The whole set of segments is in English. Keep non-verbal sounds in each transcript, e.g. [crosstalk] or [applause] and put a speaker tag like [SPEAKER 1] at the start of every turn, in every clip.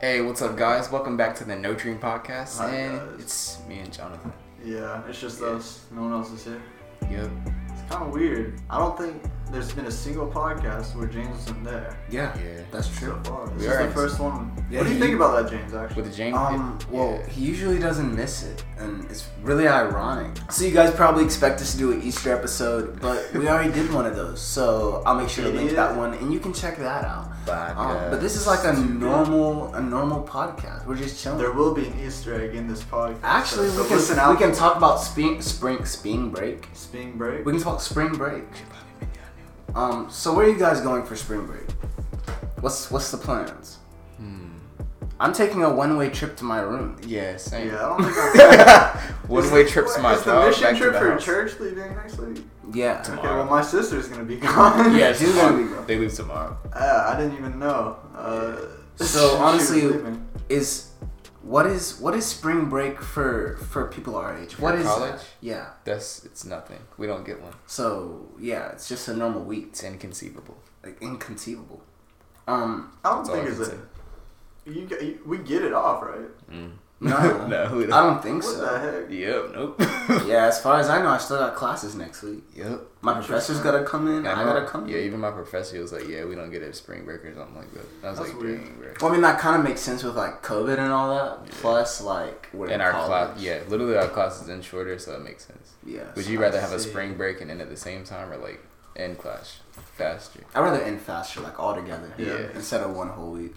[SPEAKER 1] Hey, what's up, guys? Welcome back to the No Dream Podcast.
[SPEAKER 2] Hi,
[SPEAKER 1] and
[SPEAKER 2] guys.
[SPEAKER 1] it's me and Jonathan.
[SPEAKER 2] Yeah, it's just
[SPEAKER 1] Yeah.
[SPEAKER 2] us. No one else is here.
[SPEAKER 1] Yep.
[SPEAKER 2] It's kind of weird. I don't think there's been a single podcast where James wasn't there.
[SPEAKER 3] Yeah,
[SPEAKER 1] Yeah.
[SPEAKER 3] that's true.
[SPEAKER 2] So far, this
[SPEAKER 1] We
[SPEAKER 2] is
[SPEAKER 1] are-
[SPEAKER 2] the first one.
[SPEAKER 3] Yeah,
[SPEAKER 2] what do you
[SPEAKER 3] he-
[SPEAKER 2] think about that, James? Actually,
[SPEAKER 1] With the James.
[SPEAKER 3] Um,
[SPEAKER 1] yeah.
[SPEAKER 3] well, he usually doesn't miss it, and it's really ironic. So you guys probably expect us to do an Easter episode, but we already did one of those, so I'll make sure to link that one, and you can check that out. Um, but this is like a normal, a normal podcast. We're just chilling.
[SPEAKER 2] there will be an Easter egg in this podcast.
[SPEAKER 3] Actually,
[SPEAKER 2] so
[SPEAKER 3] we can
[SPEAKER 2] listen out.
[SPEAKER 3] we can talk about spring, spring, spring break.
[SPEAKER 2] Spring break.
[SPEAKER 3] We can talk spring break. Um, so where are you guys going for spring break? What's what's the plans?
[SPEAKER 1] Hmm.
[SPEAKER 3] I'm taking a one-way trip to my room.
[SPEAKER 1] Yeah, same.
[SPEAKER 2] yeah, I
[SPEAKER 1] [laughs]
[SPEAKER 2] don't think I've-
[SPEAKER 1] One way trips
[SPEAKER 2] What,
[SPEAKER 1] to my
[SPEAKER 2] Is the
[SPEAKER 1] dog back
[SPEAKER 2] mission
[SPEAKER 1] to
[SPEAKER 2] trip
[SPEAKER 1] the
[SPEAKER 2] for
[SPEAKER 1] house.
[SPEAKER 2] church leaving next week?
[SPEAKER 3] Yeah.
[SPEAKER 2] Okay,
[SPEAKER 1] Tomorrow.
[SPEAKER 2] well, my sister's gonna be [laughs] gone.
[SPEAKER 3] [laughs] Yeah,
[SPEAKER 2] [laughs]
[SPEAKER 3] she's gonna be
[SPEAKER 1] They leave tomorrow.
[SPEAKER 2] Uh, I didn't even know. Uh, [laughs]
[SPEAKER 3] So,
[SPEAKER 2] she was
[SPEAKER 3] honestly,
[SPEAKER 2] leaving.
[SPEAKER 3] is what is what is spring break for for people our age? What
[SPEAKER 1] For
[SPEAKER 3] is
[SPEAKER 1] college?
[SPEAKER 3] that? Yeah.
[SPEAKER 1] That's it's nothing. We don't get one.
[SPEAKER 3] So yeah, it's just a normal week.
[SPEAKER 1] It's inconceivable.
[SPEAKER 3] Like inconceivable.
[SPEAKER 1] [laughs]
[SPEAKER 3] Um,
[SPEAKER 2] I don't
[SPEAKER 1] That's all
[SPEAKER 2] think
[SPEAKER 1] I
[SPEAKER 2] it's
[SPEAKER 1] can
[SPEAKER 2] a. You, g- you, we get it off, right?
[SPEAKER 1] Mm. [laughs]
[SPEAKER 3] No.
[SPEAKER 1] no. We
[SPEAKER 3] I
[SPEAKER 1] don't.
[SPEAKER 3] don't think
[SPEAKER 2] What the
[SPEAKER 3] so.
[SPEAKER 2] heck?
[SPEAKER 1] Yep. Nope.
[SPEAKER 3] [laughs] Yeah, as far as I know, I still got classes next week.
[SPEAKER 1] yep.
[SPEAKER 3] My professor's gotta come in. I
[SPEAKER 1] my-
[SPEAKER 3] gotta come.
[SPEAKER 1] Yeah.
[SPEAKER 3] in.
[SPEAKER 1] Even my professor was like, "Yeah, we don't get a spring break or something like that." I was
[SPEAKER 2] That's
[SPEAKER 1] like,
[SPEAKER 2] weird.
[SPEAKER 1] "Dang, bro."
[SPEAKER 3] Well, I mean, that kind of makes sense with like COVID and all that. Plus, like we're
[SPEAKER 1] And our
[SPEAKER 3] college.
[SPEAKER 1] class, yeah, literally our class is in shorter, so it makes sense.
[SPEAKER 3] Yeah.
[SPEAKER 1] Would
[SPEAKER 3] so
[SPEAKER 1] you rather have a
[SPEAKER 2] see.
[SPEAKER 1] spring break and end at the same time, or like end clash faster?
[SPEAKER 3] I'd rather end faster, like all together.
[SPEAKER 1] Yeah.
[SPEAKER 3] Instead of one whole week.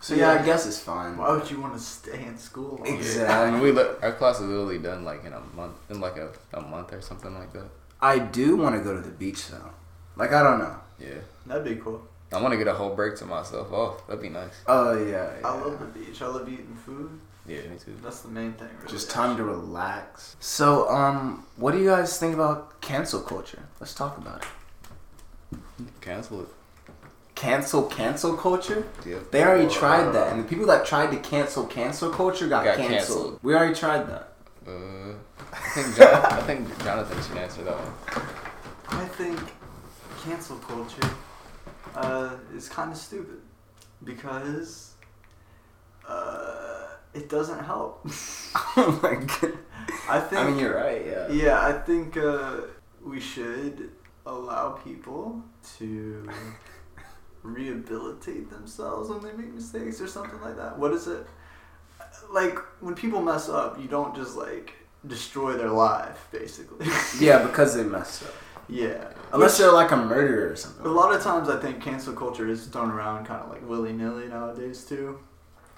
[SPEAKER 3] So yeah, I
[SPEAKER 2] Yeah.
[SPEAKER 3] guess it's fine.
[SPEAKER 2] Why would you want to stay in school? longer?
[SPEAKER 3] Exactly.
[SPEAKER 1] And we look, our class is literally done like in a month, in like a, a month or something like that.
[SPEAKER 3] I do want to go to the beach though. Like I don't know.
[SPEAKER 1] Yeah,
[SPEAKER 2] That'd be cool.
[SPEAKER 1] I want to get a whole break to myself off. That'd be nice.
[SPEAKER 3] Oh yeah. yeah.
[SPEAKER 2] I love the beach. I love eating food.
[SPEAKER 1] Yeah, me too.
[SPEAKER 2] That's the main thing. Really.
[SPEAKER 3] Just time to relax. So um, what do you guys think about cancel culture? Let's talk about it.
[SPEAKER 1] Cancel it.
[SPEAKER 3] Cancel cancel culture?
[SPEAKER 1] Yeah.
[SPEAKER 3] They already
[SPEAKER 2] Whoa.
[SPEAKER 3] tried that, and the people that tried to cancel cancel culture got,
[SPEAKER 1] Got
[SPEAKER 3] canceled.
[SPEAKER 1] canceled.
[SPEAKER 3] We already tried [laughs] that.
[SPEAKER 1] Uh, I think Jon- I think Jonathan should answer that one.
[SPEAKER 2] I think cancel culture uh, is kind of stupid because uh, it doesn't help.
[SPEAKER 3] oh my god.
[SPEAKER 2] I think.
[SPEAKER 3] I mean, you're right. Yeah.
[SPEAKER 2] yeah, I think uh, we should allow people to rehabilitate themselves when they make mistakes or something like that. What is it? Like when people mess up, you don't just like destroy their life, basically.
[SPEAKER 3] Yeah, because they messed up.
[SPEAKER 2] yeah.
[SPEAKER 3] Unless they're like a murderer or something.
[SPEAKER 2] A lot of times, I think cancel culture is thrown around kind of like willy nilly nowadays too.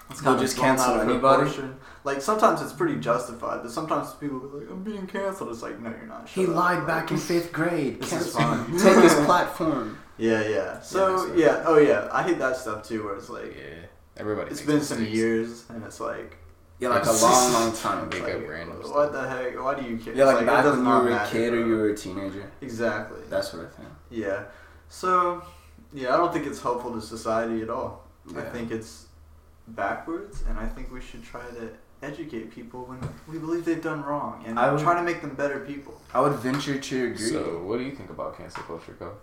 [SPEAKER 2] It's
[SPEAKER 3] They'll
[SPEAKER 2] kinda
[SPEAKER 3] just
[SPEAKER 2] blown out
[SPEAKER 3] cancel
[SPEAKER 2] of
[SPEAKER 3] anybody?
[SPEAKER 2] proportion. Like sometimes it's pretty justified, but sometimes people be like, "I'm being canceled." It's like, no, you're not.
[SPEAKER 3] He
[SPEAKER 2] Shut up.
[SPEAKER 3] lied
[SPEAKER 2] Like, [laughs]
[SPEAKER 3] back in fifth grade.
[SPEAKER 2] This is
[SPEAKER 3] Cancel.
[SPEAKER 2] fine.
[SPEAKER 3] [laughs] Take his platform.
[SPEAKER 2] Yeah, yeah. So
[SPEAKER 1] that's
[SPEAKER 2] yeah, oh yeah, I hate that stuff too. Where it's like,
[SPEAKER 1] Yeah, everybody.
[SPEAKER 2] it's
[SPEAKER 1] makes
[SPEAKER 2] been some
[SPEAKER 1] mistakes.
[SPEAKER 2] years, and it's like,
[SPEAKER 3] Yeah, like a long, long time
[SPEAKER 2] it's
[SPEAKER 3] ago.
[SPEAKER 1] Make
[SPEAKER 2] like,
[SPEAKER 1] up random
[SPEAKER 2] what
[SPEAKER 1] stuff.
[SPEAKER 2] the heck? Why do you care?
[SPEAKER 3] Yeah,
[SPEAKER 2] It's
[SPEAKER 3] like,
[SPEAKER 2] it
[SPEAKER 3] back
[SPEAKER 2] does
[SPEAKER 3] when you
[SPEAKER 2] not
[SPEAKER 3] were a
[SPEAKER 2] matter,
[SPEAKER 3] kid or
[SPEAKER 2] bro.
[SPEAKER 3] you were a teenager.
[SPEAKER 2] Exactly.
[SPEAKER 3] That's what I think.
[SPEAKER 2] Yeah. So, yeah, I don't think it's helpful to society at all. I
[SPEAKER 3] Yeah.
[SPEAKER 2] think it's backwards, and I think we should try to educate people when we believe they've done wrong and
[SPEAKER 3] I would-
[SPEAKER 2] try to make them better people.
[SPEAKER 3] I would venture to agree.
[SPEAKER 1] So, what do you think about cancel culture, Cole?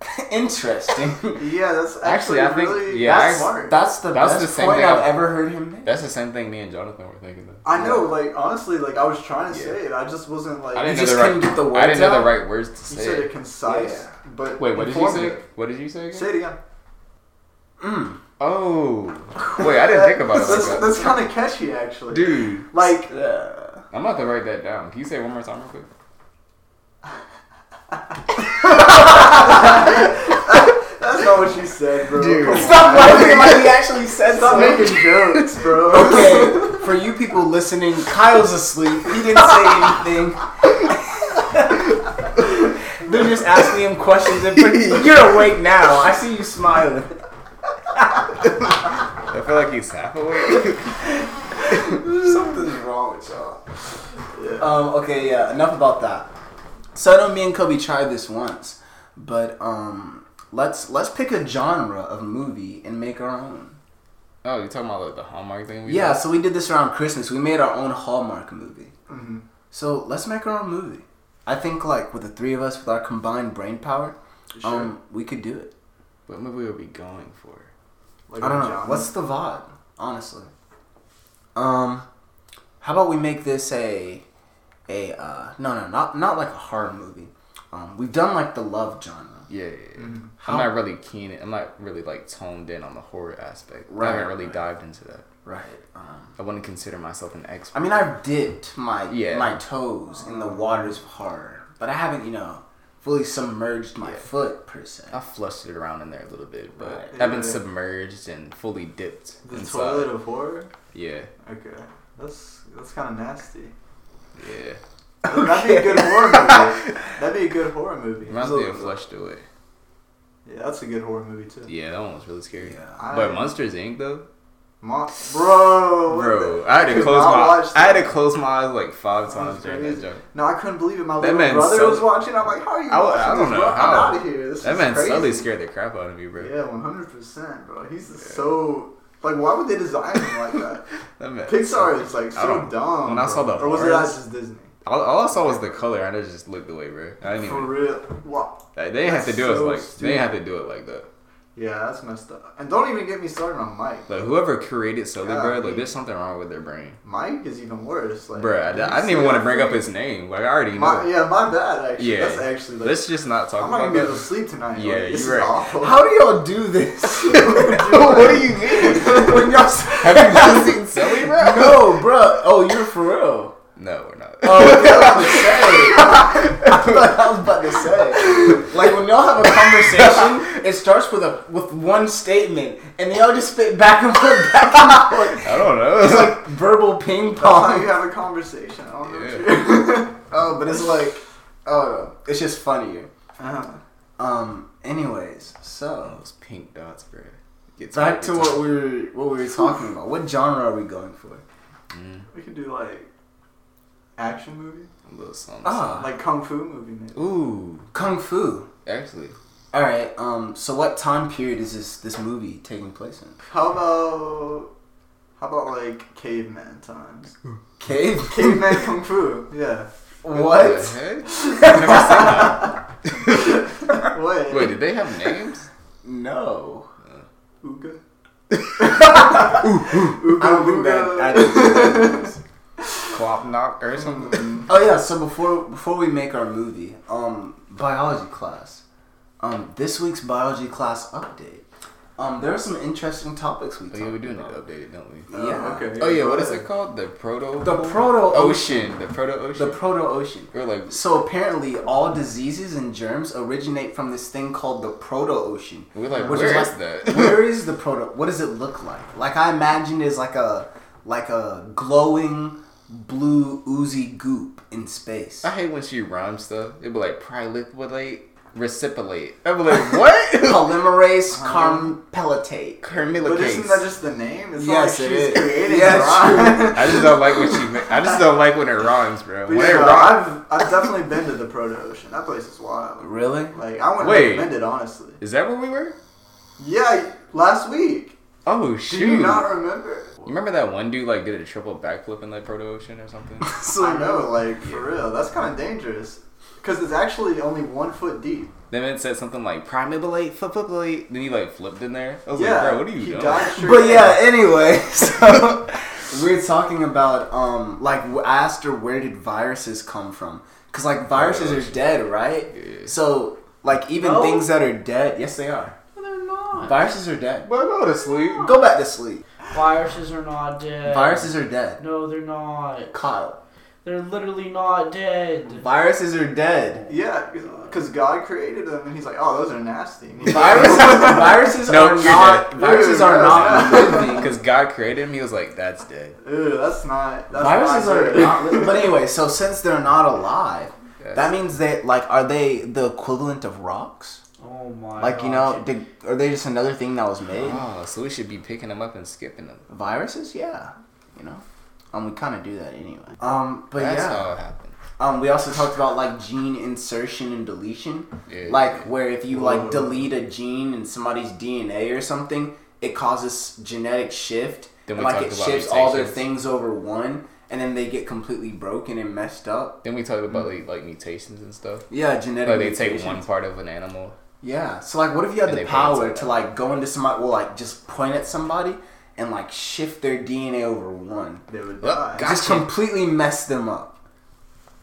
[SPEAKER 3] [laughs] Interesting. [laughs]
[SPEAKER 2] Yeah, that's
[SPEAKER 1] Actually,
[SPEAKER 2] actually,
[SPEAKER 1] I think-
[SPEAKER 2] really
[SPEAKER 1] yeah,
[SPEAKER 2] that's
[SPEAKER 1] I-
[SPEAKER 2] smart.
[SPEAKER 3] That's the
[SPEAKER 1] That's
[SPEAKER 3] best
[SPEAKER 1] the same
[SPEAKER 3] point
[SPEAKER 1] thing
[SPEAKER 3] I've
[SPEAKER 1] I've-
[SPEAKER 3] ever heard him make.
[SPEAKER 1] That's the same thing me and Jonathan were thinking. Though.
[SPEAKER 2] I know, like honestly, like I was trying to
[SPEAKER 1] Yeah.
[SPEAKER 2] say it, I just wasn't like
[SPEAKER 1] I
[SPEAKER 3] You
[SPEAKER 1] didn't know
[SPEAKER 3] just
[SPEAKER 1] the right-
[SPEAKER 3] couldn't get the words
[SPEAKER 1] I didn't know
[SPEAKER 3] out.
[SPEAKER 1] the right words to
[SPEAKER 2] you
[SPEAKER 1] say.
[SPEAKER 2] said it concise,
[SPEAKER 3] Yeah.
[SPEAKER 2] but
[SPEAKER 1] Wait, what did you say?
[SPEAKER 2] informative.
[SPEAKER 1] What did you say? Again?
[SPEAKER 2] Say it again.
[SPEAKER 3] Mm.
[SPEAKER 1] Oh, [laughs] wait, I didn't think
[SPEAKER 2] [laughs]
[SPEAKER 1] about it.
[SPEAKER 2] that's,
[SPEAKER 1] Like that.
[SPEAKER 2] That's kind of catchy, actually.
[SPEAKER 1] Dude,
[SPEAKER 3] [laughs]
[SPEAKER 2] Like,
[SPEAKER 3] Yeah.
[SPEAKER 1] I'm about to write that down. Can you say it one more time, real quick?
[SPEAKER 2] that's not what you said, bro.
[SPEAKER 1] Dude.
[SPEAKER 2] Come on.
[SPEAKER 3] Stop laughing like he actually said
[SPEAKER 2] Stop
[SPEAKER 3] something.
[SPEAKER 2] making jokes, bro.
[SPEAKER 3] [laughs] Okay, for you people listening, Kyle's asleep. He didn't say anything. [laughs] They're just asking him questions. And [laughs] pre- You're awake now. I see you smiling.
[SPEAKER 1] I feel like he's half awake. [laughs]
[SPEAKER 3] Something's wrong with y'all.
[SPEAKER 2] [laughs] Yeah.
[SPEAKER 3] Um, okay, yeah, enough about that. So I know me and Kobe tried this once, but um, let's let's pick a genre of movie and make our own.
[SPEAKER 1] oh, you talking about like, the Hallmark thing? We
[SPEAKER 3] Yeah, so we did this around Christmas. We made our own Hallmark movie.
[SPEAKER 2] Mhm.
[SPEAKER 3] So let's make our own movie. I think like with the three of us with our combined brain power,
[SPEAKER 2] Sure.
[SPEAKER 3] um, we could do it.
[SPEAKER 1] What movie are we going for?
[SPEAKER 2] Like
[SPEAKER 3] I don't
[SPEAKER 2] a
[SPEAKER 3] know.
[SPEAKER 2] genre.
[SPEAKER 3] What's the vibe? honestly. Um, how about we make this a a uh, no no not not like a horror movie. Um, we've done like the love genre.
[SPEAKER 1] Yeah, yeah, yeah.
[SPEAKER 3] Mm-hmm.
[SPEAKER 2] Mm-hmm.
[SPEAKER 1] I'm not really keen. I'm not really like toned in on the horror aspect.
[SPEAKER 3] Right,
[SPEAKER 1] I haven't really
[SPEAKER 3] right.
[SPEAKER 1] dived into that.
[SPEAKER 3] Right. Um,
[SPEAKER 1] I wouldn't consider myself an expert.
[SPEAKER 3] I mean, I've dipped my
[SPEAKER 1] Yeah.
[SPEAKER 3] my toes in the waters of horror, but I haven't you know fully submerged my
[SPEAKER 1] Yeah. Uh,
[SPEAKER 3] foot per se.
[SPEAKER 1] I flushed it around in there a little bit, but
[SPEAKER 3] Right.
[SPEAKER 1] I've been
[SPEAKER 2] Yeah.
[SPEAKER 1] submerged and fully dipped
[SPEAKER 2] The
[SPEAKER 1] inside.
[SPEAKER 2] toilet of horror.
[SPEAKER 1] Yeah,
[SPEAKER 2] Okay, that's that's kind of nasty.
[SPEAKER 1] yeah.
[SPEAKER 3] [laughs]
[SPEAKER 2] That'd be a good horror movie. That'd be a good horror movie.
[SPEAKER 1] Reminds me of Flush Through It.
[SPEAKER 2] Yeah, that's a good horror movie too.
[SPEAKER 1] Yeah, that one was really scary.
[SPEAKER 3] Yeah.
[SPEAKER 2] I-
[SPEAKER 1] But Monsters Inc. though,
[SPEAKER 2] Mo- bro, what
[SPEAKER 1] bro,
[SPEAKER 2] the-
[SPEAKER 1] I had to
[SPEAKER 2] could
[SPEAKER 1] close
[SPEAKER 2] not
[SPEAKER 1] my
[SPEAKER 2] watch
[SPEAKER 1] I had to
[SPEAKER 2] that.
[SPEAKER 1] close my eyes like five
[SPEAKER 2] That was
[SPEAKER 1] times during that
[SPEAKER 2] crazy.
[SPEAKER 1] joke.
[SPEAKER 2] No, I couldn't believe it. My
[SPEAKER 1] That
[SPEAKER 2] little
[SPEAKER 1] man
[SPEAKER 2] brother
[SPEAKER 1] so-
[SPEAKER 2] was watching. I'm like, how are you
[SPEAKER 1] I- I
[SPEAKER 2] watching
[SPEAKER 1] don't
[SPEAKER 2] this,
[SPEAKER 1] know
[SPEAKER 2] bro?
[SPEAKER 1] how.
[SPEAKER 2] I'm out of here. This
[SPEAKER 1] That
[SPEAKER 2] is
[SPEAKER 1] man
[SPEAKER 2] crazy.
[SPEAKER 1] Sully scared the crap out of me, bro.
[SPEAKER 2] Yeah, 100 percent, bro. He's
[SPEAKER 1] Yeah.
[SPEAKER 2] so like, why would they design him
[SPEAKER 1] [laughs]
[SPEAKER 2] like that?
[SPEAKER 1] That man.
[SPEAKER 2] Pixar is like
[SPEAKER 1] I
[SPEAKER 2] so
[SPEAKER 1] don't-
[SPEAKER 2] dumb.
[SPEAKER 1] when I saw
[SPEAKER 2] bro.
[SPEAKER 1] the
[SPEAKER 2] or was it
[SPEAKER 1] horrors-
[SPEAKER 2] that's just Disney?
[SPEAKER 1] All, all I saw was the color. I just looked away, bro. I didn't
[SPEAKER 2] For
[SPEAKER 1] even.
[SPEAKER 2] real, wow.
[SPEAKER 1] They didn't have to
[SPEAKER 2] That's
[SPEAKER 1] do it
[SPEAKER 2] so
[SPEAKER 1] like they didn't
[SPEAKER 2] stupid.
[SPEAKER 1] have to do it like that.
[SPEAKER 2] Yeah, that's messed up. And don't even get me started on Mike.
[SPEAKER 1] Like whoever created Sully,
[SPEAKER 2] Yeah,
[SPEAKER 1] bro,
[SPEAKER 2] I mean-
[SPEAKER 1] like there's something wrong with their brain,
[SPEAKER 2] Mike is even worse. Like,
[SPEAKER 1] bro. I,
[SPEAKER 2] did you
[SPEAKER 1] I didn't
[SPEAKER 2] see
[SPEAKER 1] even
[SPEAKER 2] that
[SPEAKER 1] want to bring up
[SPEAKER 2] thing?
[SPEAKER 1] his name. Like I already know.
[SPEAKER 2] My, yeah, my bad. Actually,
[SPEAKER 1] Yeah.
[SPEAKER 2] that's actually like.
[SPEAKER 1] Let's just not talk
[SPEAKER 2] I'm not
[SPEAKER 1] about
[SPEAKER 2] gonna be able to
[SPEAKER 1] [laughs] that.
[SPEAKER 2] sleep tonight.
[SPEAKER 1] Yeah,
[SPEAKER 2] like, this
[SPEAKER 1] you're
[SPEAKER 2] is
[SPEAKER 1] right.
[SPEAKER 2] awful. [laughs]
[SPEAKER 3] How do y'all do this?
[SPEAKER 2] What do
[SPEAKER 3] you mean? [laughs] when y'all
[SPEAKER 1] Have you not
[SPEAKER 3] [laughs]
[SPEAKER 1] seen Sully,
[SPEAKER 2] [laughs]
[SPEAKER 1] bro?
[SPEAKER 3] no, bro. Oh, you're for real.
[SPEAKER 1] No, we're not.
[SPEAKER 3] Oh, okay, [laughs] I was about to
[SPEAKER 2] [laughs]
[SPEAKER 3] say. I thought I was about to say. Like when y'all have a conversation, it starts with a with one statement, and y'all just spit back and forth, back and forth.
[SPEAKER 1] I don't know.
[SPEAKER 3] It's like verbal ping
[SPEAKER 2] That's how you
[SPEAKER 3] pong.
[SPEAKER 2] have a conversation. I don't know what you-
[SPEAKER 1] [laughs]
[SPEAKER 3] Oh, but it's like, oh, it's just funnier.
[SPEAKER 2] Uh-huh.
[SPEAKER 3] Um. Anyways, so
[SPEAKER 1] [laughs] Those pink dots, bro. Gets
[SPEAKER 3] back
[SPEAKER 1] me
[SPEAKER 3] to
[SPEAKER 1] every
[SPEAKER 3] what
[SPEAKER 1] time.
[SPEAKER 3] we were what we were talking about. What genre are we going for?
[SPEAKER 1] Mm,
[SPEAKER 2] We could do like action movie,
[SPEAKER 1] a little something.
[SPEAKER 3] Ah,
[SPEAKER 2] like kung fu movie, maybe.
[SPEAKER 1] Ooh,
[SPEAKER 3] kung fu.
[SPEAKER 1] actually,
[SPEAKER 3] All right. Um. So, what time period is this this movie taking place in?
[SPEAKER 2] How about how about like caveman times?
[SPEAKER 1] [laughs]
[SPEAKER 3] Cave.
[SPEAKER 2] Caveman kung fu. Yeah.
[SPEAKER 1] The
[SPEAKER 3] What?
[SPEAKER 1] heck? I've never seen that.
[SPEAKER 2] What?
[SPEAKER 1] Wait, did they have names?
[SPEAKER 3] No.
[SPEAKER 2] Uga.
[SPEAKER 3] I don't think that. I don't think that is.
[SPEAKER 1] Clop knock or something.
[SPEAKER 3] oh yeah. So before before we make our movie, um, biology class, um, this week's biology class update. Um, there are some interesting topics we
[SPEAKER 1] Oh
[SPEAKER 3] talked
[SPEAKER 1] yeah, we're doing it
[SPEAKER 3] about.
[SPEAKER 1] updated, don't we?
[SPEAKER 2] Oh,
[SPEAKER 3] Yeah.
[SPEAKER 2] okay.
[SPEAKER 1] Oh yeah, what is it called? The proto.
[SPEAKER 3] The proto
[SPEAKER 1] ocean. The proto ocean.
[SPEAKER 3] The proto ocean.
[SPEAKER 1] We're like,
[SPEAKER 3] So apparently, all diseases and germs originate from this thing called the proto ocean.
[SPEAKER 1] we're like,
[SPEAKER 3] Which
[SPEAKER 1] where
[SPEAKER 3] is
[SPEAKER 1] is
[SPEAKER 3] like-
[SPEAKER 1] that?
[SPEAKER 3] [laughs] Where is the proto? What does it look like? Like I imagine is like a like a glowing blue oozy goop
[SPEAKER 1] [laughs]
[SPEAKER 3] in space.
[SPEAKER 1] I hate when she rhymes stuff. It'd be like prolifilate, recipilate. I'd be like, what? [laughs]
[SPEAKER 3] Polymerase
[SPEAKER 1] Uh-huh.
[SPEAKER 2] Um,
[SPEAKER 3] carpellatate.
[SPEAKER 2] But
[SPEAKER 1] Carmilla
[SPEAKER 2] isn't
[SPEAKER 1] case.
[SPEAKER 2] that just the name? It's
[SPEAKER 3] Yes,
[SPEAKER 2] not like
[SPEAKER 3] it
[SPEAKER 2] she's
[SPEAKER 3] is.
[SPEAKER 2] creating
[SPEAKER 3] Yeah,
[SPEAKER 2] yeah, rhyme.
[SPEAKER 1] I just don't like when she. ma- I just don't like when it rhymes, bro.
[SPEAKER 2] But
[SPEAKER 1] When
[SPEAKER 2] yeah,
[SPEAKER 1] it
[SPEAKER 2] bro,
[SPEAKER 1] rhymes,
[SPEAKER 2] I've I've definitely been to the Proto Ocean. That place is wild.
[SPEAKER 3] Really?
[SPEAKER 2] Like I wouldn't
[SPEAKER 1] Wait.
[SPEAKER 2] recommend it honestly.
[SPEAKER 1] is that where we were?
[SPEAKER 2] Yeah, last week.
[SPEAKER 1] Oh
[SPEAKER 2] Do
[SPEAKER 1] shoot!
[SPEAKER 2] you
[SPEAKER 1] You
[SPEAKER 2] not remember?
[SPEAKER 1] remember that one dude like did a triple backflip in like Proto Ocean or
[SPEAKER 3] [laughs]
[SPEAKER 1] something?
[SPEAKER 3] [laughs] So
[SPEAKER 2] I know, like for real. That's kind of dangerous because it's actually only one foot deep.
[SPEAKER 1] then it said something like primibulate, flipilate. Then he like flipped in there. I was
[SPEAKER 2] yeah,
[SPEAKER 1] like, bro, what are you
[SPEAKER 2] he
[SPEAKER 1] doing? [laughs]
[SPEAKER 2] Died straight
[SPEAKER 3] But yeah,
[SPEAKER 2] in.
[SPEAKER 3] anyway, [laughs] so we're talking about um like I asked her where did viruses come from? Cuz like viruses are dead, right?
[SPEAKER 1] Yeah.
[SPEAKER 3] So like even
[SPEAKER 2] No.
[SPEAKER 3] things that are dead, yes they are.
[SPEAKER 4] No, they're not.
[SPEAKER 3] Viruses are dead.
[SPEAKER 1] But go to sleep.
[SPEAKER 3] Go back to sleep.
[SPEAKER 4] Viruses are not dead.
[SPEAKER 3] Viruses are dead.
[SPEAKER 4] No, they're not.
[SPEAKER 3] Kyle.
[SPEAKER 4] They're literally not dead.
[SPEAKER 3] Viruses are
[SPEAKER 1] [laughs]
[SPEAKER 3] dead.
[SPEAKER 2] Yeah, because God created them, and He's like, "Oh, those are nasty." And he-
[SPEAKER 3] [laughs] Viruses, viruses
[SPEAKER 1] No,
[SPEAKER 3] are
[SPEAKER 1] you're
[SPEAKER 3] not.
[SPEAKER 1] dead.
[SPEAKER 3] Viruses
[SPEAKER 2] You're
[SPEAKER 3] are
[SPEAKER 2] dead.
[SPEAKER 3] not living.
[SPEAKER 1] Because God created him, he was like, that's dead.
[SPEAKER 2] Ew, that's not. That's
[SPEAKER 3] [laughs] Viruses
[SPEAKER 2] not
[SPEAKER 3] are
[SPEAKER 2] good. [laughs]
[SPEAKER 3] not living. But anyway, so since they're not alive,
[SPEAKER 1] Yes.
[SPEAKER 3] that means they like are they the equivalent of rocks?
[SPEAKER 4] Oh my.
[SPEAKER 3] Like you know,
[SPEAKER 4] God.
[SPEAKER 3] did, are they just another thing that was made?
[SPEAKER 1] Oh, so we should be picking him up and skipping him.
[SPEAKER 3] Viruses, yeah, you know, um, we kind of do that anyway. Um, but
[SPEAKER 1] That's
[SPEAKER 3] yeah,
[SPEAKER 1] how it happened.
[SPEAKER 3] um, we also talked about like gene insertion and deletion,
[SPEAKER 1] Yeah.
[SPEAKER 3] like where if you like
[SPEAKER 2] Whoa.
[SPEAKER 3] delete a gene in somebody's DNA or something, it causes genetic shift,
[SPEAKER 1] Then
[SPEAKER 3] and
[SPEAKER 1] we
[SPEAKER 3] like it
[SPEAKER 1] talked about
[SPEAKER 3] shifts all their
[SPEAKER 1] mutations.
[SPEAKER 3] things over one, and then they get completely broken and messed up.
[SPEAKER 1] Then we talked about
[SPEAKER 3] Mm.
[SPEAKER 1] like, like mutations and stuff.
[SPEAKER 3] Yeah, genetic.
[SPEAKER 1] Like they take
[SPEAKER 3] mutation.
[SPEAKER 1] one part of an animal.
[SPEAKER 3] Yeah. So like, what if you had
[SPEAKER 1] And
[SPEAKER 3] the
[SPEAKER 1] they balance
[SPEAKER 3] power
[SPEAKER 1] it
[SPEAKER 3] to
[SPEAKER 1] out.
[SPEAKER 3] like go into somebody, well, like just point at somebody and like shift their DNA over one.
[SPEAKER 2] They would
[SPEAKER 1] Well,
[SPEAKER 2] die.
[SPEAKER 1] God-
[SPEAKER 3] Just
[SPEAKER 1] Gotcha.
[SPEAKER 3] completely mess them up.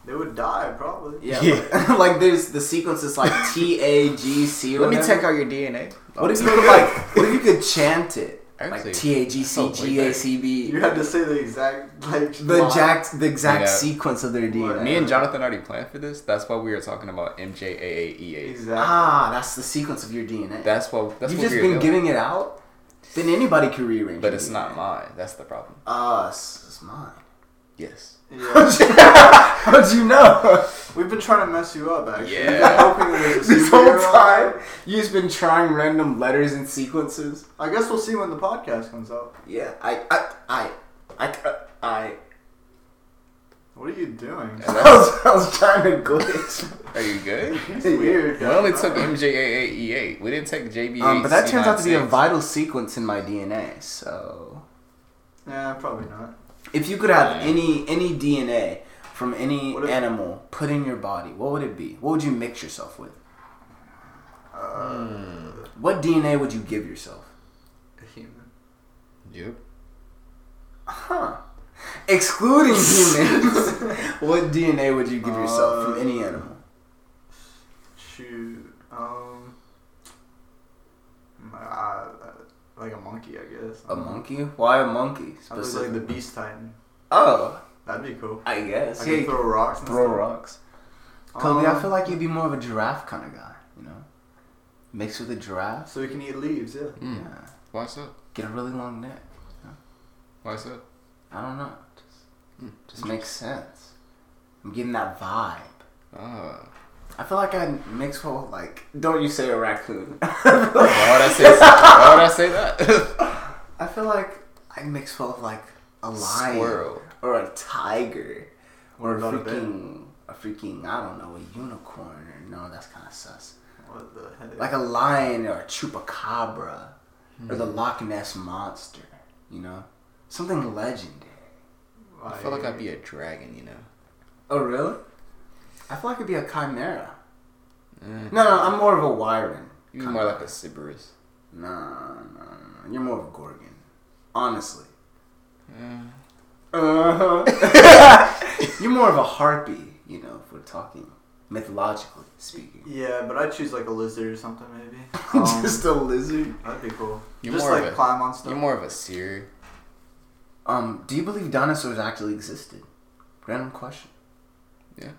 [SPEAKER 2] They would die probably.
[SPEAKER 3] Yeah,
[SPEAKER 1] Yeah.
[SPEAKER 3] Like, [laughs] like there's the sequence is
[SPEAKER 1] [laughs]
[SPEAKER 3] like T A G C.
[SPEAKER 1] Let me
[SPEAKER 3] whatever.
[SPEAKER 1] check out your DNA.
[SPEAKER 3] What if you could like? What if you could chant it?
[SPEAKER 1] Actually,
[SPEAKER 3] Like T A G C G A C B.
[SPEAKER 2] You had to say the exact like
[SPEAKER 3] The
[SPEAKER 2] line.
[SPEAKER 3] exact the exact
[SPEAKER 1] Yeah.
[SPEAKER 3] sequence of their DNA.
[SPEAKER 1] Me and Jonathan already planned for this. That's why we were talking about MJAAEA.
[SPEAKER 2] Exactly.
[SPEAKER 3] Ah, that's the sequence of your DNA.
[SPEAKER 1] That's what. That's
[SPEAKER 3] You've
[SPEAKER 1] what
[SPEAKER 3] just
[SPEAKER 1] we were
[SPEAKER 3] been
[SPEAKER 1] doing.
[SPEAKER 3] giving it out. Then anybody can rearrange.
[SPEAKER 1] but
[SPEAKER 3] your
[SPEAKER 1] it's
[SPEAKER 3] DNA.
[SPEAKER 1] not mine. That's the problem.
[SPEAKER 3] Us. It's mine. [laughs]
[SPEAKER 1] Yes.
[SPEAKER 2] Yeah.
[SPEAKER 3] How'd
[SPEAKER 1] [laughs]
[SPEAKER 3] you know?
[SPEAKER 2] We've been trying to mess you up actually.
[SPEAKER 1] Yeah.
[SPEAKER 2] We've been hoping it was a
[SPEAKER 3] [laughs] this whole
[SPEAKER 2] superhero.
[SPEAKER 3] time, you've just been trying random letters and sequences.
[SPEAKER 2] I guess we'll see when the podcast comes out.
[SPEAKER 3] Yeah, I, I, I, I, [laughs] I.
[SPEAKER 2] What are you doing?
[SPEAKER 1] Yeah.
[SPEAKER 3] I was, I was trying to glitch.
[SPEAKER 1] Are you
[SPEAKER 3] [laughs]
[SPEAKER 1] good?
[SPEAKER 2] [laughs] It's weird.
[SPEAKER 1] We only took MJAAEA. E We didn't take JBA.
[SPEAKER 3] Um, but that turns out to be a vital sequence in my DNA. So,
[SPEAKER 2] Nah, probably not.
[SPEAKER 3] if you could have
[SPEAKER 1] Yeah.
[SPEAKER 3] any any DNA from any
[SPEAKER 2] What if-
[SPEAKER 3] animal put in your body, what would it be? What would you mix yourself with?
[SPEAKER 2] Uh,
[SPEAKER 3] Hmm. What DNA would you give yourself?
[SPEAKER 2] a human.
[SPEAKER 1] Yep.
[SPEAKER 3] Huh? [laughs] Excluding humans, what DNA would you give yourself
[SPEAKER 2] Uh,
[SPEAKER 3] from any animal?
[SPEAKER 2] Shoot. Um. Uh, like a monkey, I guess.
[SPEAKER 3] A monkey? Why a monkey?
[SPEAKER 2] I was like
[SPEAKER 3] Specifically?
[SPEAKER 2] the Beast Titan.
[SPEAKER 3] oh,
[SPEAKER 2] That'd be cool.
[SPEAKER 3] I
[SPEAKER 2] I
[SPEAKER 3] guess. yeah,
[SPEAKER 2] can
[SPEAKER 3] you
[SPEAKER 2] throw rocks. And
[SPEAKER 3] could throw
[SPEAKER 2] stuff.
[SPEAKER 3] rocks. Kobe, I
[SPEAKER 2] Um,
[SPEAKER 3] feel like you'd be more of a giraffe kind of guy. You know, mixed with a giraffe.
[SPEAKER 2] So we can eat leaves, yeah.
[SPEAKER 1] Mm.
[SPEAKER 3] Yeah.
[SPEAKER 1] Why's up?
[SPEAKER 3] get a really long neck.
[SPEAKER 1] Why's up?
[SPEAKER 3] I don't know. Just,
[SPEAKER 1] Hmm.
[SPEAKER 3] just makes sense. I'm getting that vibe.
[SPEAKER 1] Ah.
[SPEAKER 3] I feel like I mix well, like. Don't you say a raccoon. [laughs]
[SPEAKER 1] Why would I say? why would I say that? [laughs]
[SPEAKER 3] I feel like I mix well with, like, a lion.
[SPEAKER 1] Squirrel.
[SPEAKER 3] Or a tiger.
[SPEAKER 2] What
[SPEAKER 3] Or a
[SPEAKER 2] about a bear?
[SPEAKER 3] freaking, a freaking, I don't know, a unicorn. Or, no, that's kind of sus.
[SPEAKER 2] What the heck?
[SPEAKER 3] Like a lion or a chupacabra. Or the Loch Ness monster. You know? Something legendary.
[SPEAKER 1] I feel like I'd be a dragon. You know.
[SPEAKER 3] Oh, really? I feel like it'd be a chimera.
[SPEAKER 1] Mm.
[SPEAKER 3] No, no, I'm more of a Wyron.
[SPEAKER 1] You'd be more like a Sybaris.
[SPEAKER 3] Nah, nah, nah. You're more of a Gorgon. Honestly.
[SPEAKER 1] Mm.
[SPEAKER 3] Uh huh. [laughs] You're more of a harpy, you know, if we're talking mythologically speaking.
[SPEAKER 2] Yeah, but I'd choose like a lizard or something maybe. Um,
[SPEAKER 3] [laughs] Just a lizard.
[SPEAKER 2] that'd be cool.
[SPEAKER 1] You're
[SPEAKER 2] Just
[SPEAKER 1] more of
[SPEAKER 2] like
[SPEAKER 1] a-
[SPEAKER 2] climb on stuff.
[SPEAKER 1] You're more of a seer.
[SPEAKER 3] Um, do you believe dinosaurs actually existed? Random question.
[SPEAKER 1] Yeah.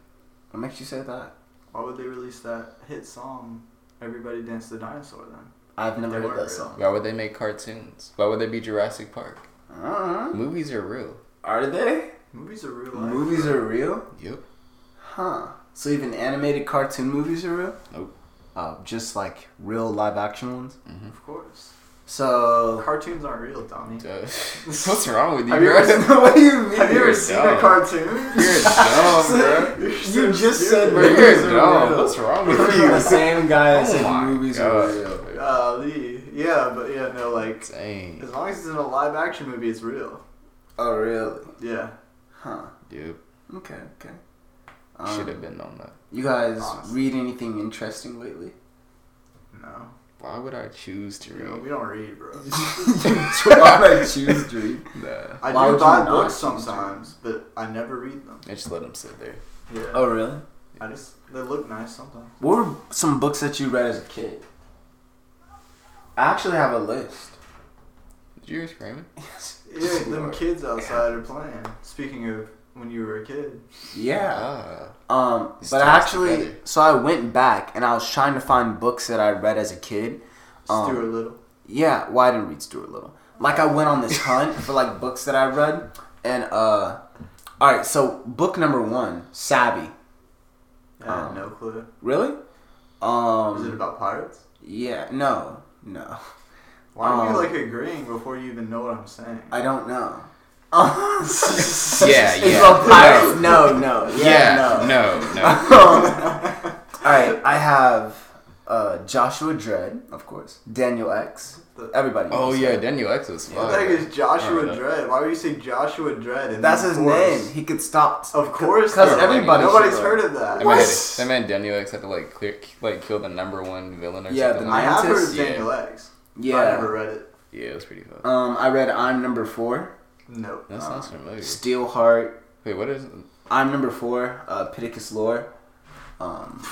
[SPEAKER 3] What makes you say that?
[SPEAKER 2] Why would they release that hit song? Everybody Dance the Dinosaur then.
[SPEAKER 3] I've never
[SPEAKER 2] They
[SPEAKER 3] heard
[SPEAKER 2] weren't
[SPEAKER 3] that song.
[SPEAKER 1] Why would they make cartoons? Why would they be Jurassic Park?
[SPEAKER 3] Uh-huh.
[SPEAKER 1] Movies are real.
[SPEAKER 3] Are they?
[SPEAKER 2] Movies are real life.
[SPEAKER 3] Movies are real?
[SPEAKER 1] Yep.
[SPEAKER 3] Huh. So even animated cartoon movies are real?
[SPEAKER 1] Nope.
[SPEAKER 3] Uh, just like real live action ones?
[SPEAKER 1] Mm-hmm. [laughs]
[SPEAKER 2] Of course.
[SPEAKER 3] So [laughs]
[SPEAKER 2] Cartoons aren't real, Tommy.
[SPEAKER 1] What's wrong with you?
[SPEAKER 2] Have you
[SPEAKER 1] You're,
[SPEAKER 2] ever seen-
[SPEAKER 3] what do you mean?
[SPEAKER 2] Have you ever
[SPEAKER 1] You're
[SPEAKER 2] seen
[SPEAKER 1] dumb.
[SPEAKER 2] a cartoon? [laughs]
[SPEAKER 1] [laughs] you're dumb, bro.
[SPEAKER 2] You're
[SPEAKER 3] You just said
[SPEAKER 1] Bro,
[SPEAKER 3] movies
[SPEAKER 1] you're
[SPEAKER 3] are
[SPEAKER 1] dumb.
[SPEAKER 3] real.
[SPEAKER 1] What's wrong with
[SPEAKER 3] You're the
[SPEAKER 1] you? Oh
[SPEAKER 3] same guy that said
[SPEAKER 1] my
[SPEAKER 3] movies
[SPEAKER 1] God.
[SPEAKER 3] are real.
[SPEAKER 2] Uh, Lee. Yeah, but yeah, no, like,
[SPEAKER 1] Dang.
[SPEAKER 2] as long as it's in a live action movie, it's real.
[SPEAKER 3] Oh, really?
[SPEAKER 2] Yeah.
[SPEAKER 3] Huh.
[SPEAKER 1] Dude,
[SPEAKER 3] Okay, okay.
[SPEAKER 1] should have
[SPEAKER 3] Um,
[SPEAKER 1] been on that.
[SPEAKER 3] you guys
[SPEAKER 2] Honestly.
[SPEAKER 3] read anything interesting [laughs] lately?
[SPEAKER 2] No.
[SPEAKER 1] Why would I choose to
[SPEAKER 2] You know,
[SPEAKER 1] read?
[SPEAKER 2] we don't read, bro.
[SPEAKER 3] I choose to read.
[SPEAKER 1] Nah.
[SPEAKER 2] I
[SPEAKER 3] Why
[SPEAKER 2] do
[SPEAKER 3] would
[SPEAKER 2] buy
[SPEAKER 3] you not
[SPEAKER 2] books
[SPEAKER 3] choose to read?
[SPEAKER 2] sometimes, but I never read them.
[SPEAKER 1] I just let them sit there.
[SPEAKER 2] Yeah.
[SPEAKER 3] Oh, really?
[SPEAKER 2] I just, they look nice sometimes.
[SPEAKER 3] What were some books that you read as a kid? I actually have a list.
[SPEAKER 1] Did you hear screaming?
[SPEAKER 3] Yes.
[SPEAKER 2] Yeah, them kids outside are playing. Speaking of when you were a kid.
[SPEAKER 3] Yeah.
[SPEAKER 1] Ah.
[SPEAKER 3] Um,
[SPEAKER 1] These
[SPEAKER 3] but I
[SPEAKER 1] stories
[SPEAKER 3] actually,
[SPEAKER 1] together.
[SPEAKER 3] so I went back and I was trying to find books that I read as a kid. Um,
[SPEAKER 2] Stuart Little.
[SPEAKER 3] Yeah, well, I didn't read Stuart Little. Like, I went on this hunt for like books that I read, and uh, all right. So, book number one, Savvy.
[SPEAKER 2] I had
[SPEAKER 3] um,
[SPEAKER 2] no clue.
[SPEAKER 3] Really?
[SPEAKER 2] Is it
[SPEAKER 3] Um,
[SPEAKER 2] about pirates?
[SPEAKER 3] yeah. No, no,
[SPEAKER 2] Why are you
[SPEAKER 3] um,
[SPEAKER 2] like agreeing before you even know what I'm saying? [laughs]
[SPEAKER 3] I don't know. [laughs]
[SPEAKER 1] Yeah,
[SPEAKER 3] It's
[SPEAKER 1] yeah.
[SPEAKER 3] about pirates. No, no. Yeah,
[SPEAKER 1] Yeah.
[SPEAKER 3] no.
[SPEAKER 1] No, [laughs] no.
[SPEAKER 2] [laughs]
[SPEAKER 3] All right, I have uh, Joshua Dredd, of course. Daniel X.
[SPEAKER 2] The-
[SPEAKER 3] Everybody.
[SPEAKER 1] Oh,
[SPEAKER 3] knows
[SPEAKER 1] yeah,
[SPEAKER 3] him.
[SPEAKER 1] Daniel X was
[SPEAKER 2] What
[SPEAKER 1] fun.
[SPEAKER 2] the heck is Joshua
[SPEAKER 1] Alright, uh,
[SPEAKER 2] Dredd? Why would you say Joshua Dredd? And
[SPEAKER 3] That's
[SPEAKER 2] then
[SPEAKER 3] his
[SPEAKER 2] Forrest?
[SPEAKER 3] name. He could stop.
[SPEAKER 1] Oh,
[SPEAKER 2] Of course,
[SPEAKER 3] because
[SPEAKER 1] though.
[SPEAKER 3] everybody.
[SPEAKER 2] nobody's
[SPEAKER 3] should
[SPEAKER 2] heard
[SPEAKER 3] know.
[SPEAKER 2] of that.
[SPEAKER 1] That man, had,
[SPEAKER 3] What?
[SPEAKER 1] that man Daniel X had to like clear, like kill the number one villain or
[SPEAKER 3] Yeah,
[SPEAKER 1] something.
[SPEAKER 3] the
[SPEAKER 1] like
[SPEAKER 2] I have heard
[SPEAKER 3] Mantis?
[SPEAKER 2] of Daniel X.
[SPEAKER 3] Yeah.
[SPEAKER 2] I never read it.
[SPEAKER 1] Yeah, it was pretty fun.
[SPEAKER 3] Um, I read I'm Number Four,
[SPEAKER 2] Nope. [laughs]
[SPEAKER 1] That sounds familiar.
[SPEAKER 3] Steelheart,
[SPEAKER 1] Wait, what is?
[SPEAKER 3] I'm Number Four, uh, Pittacus Lore. Um,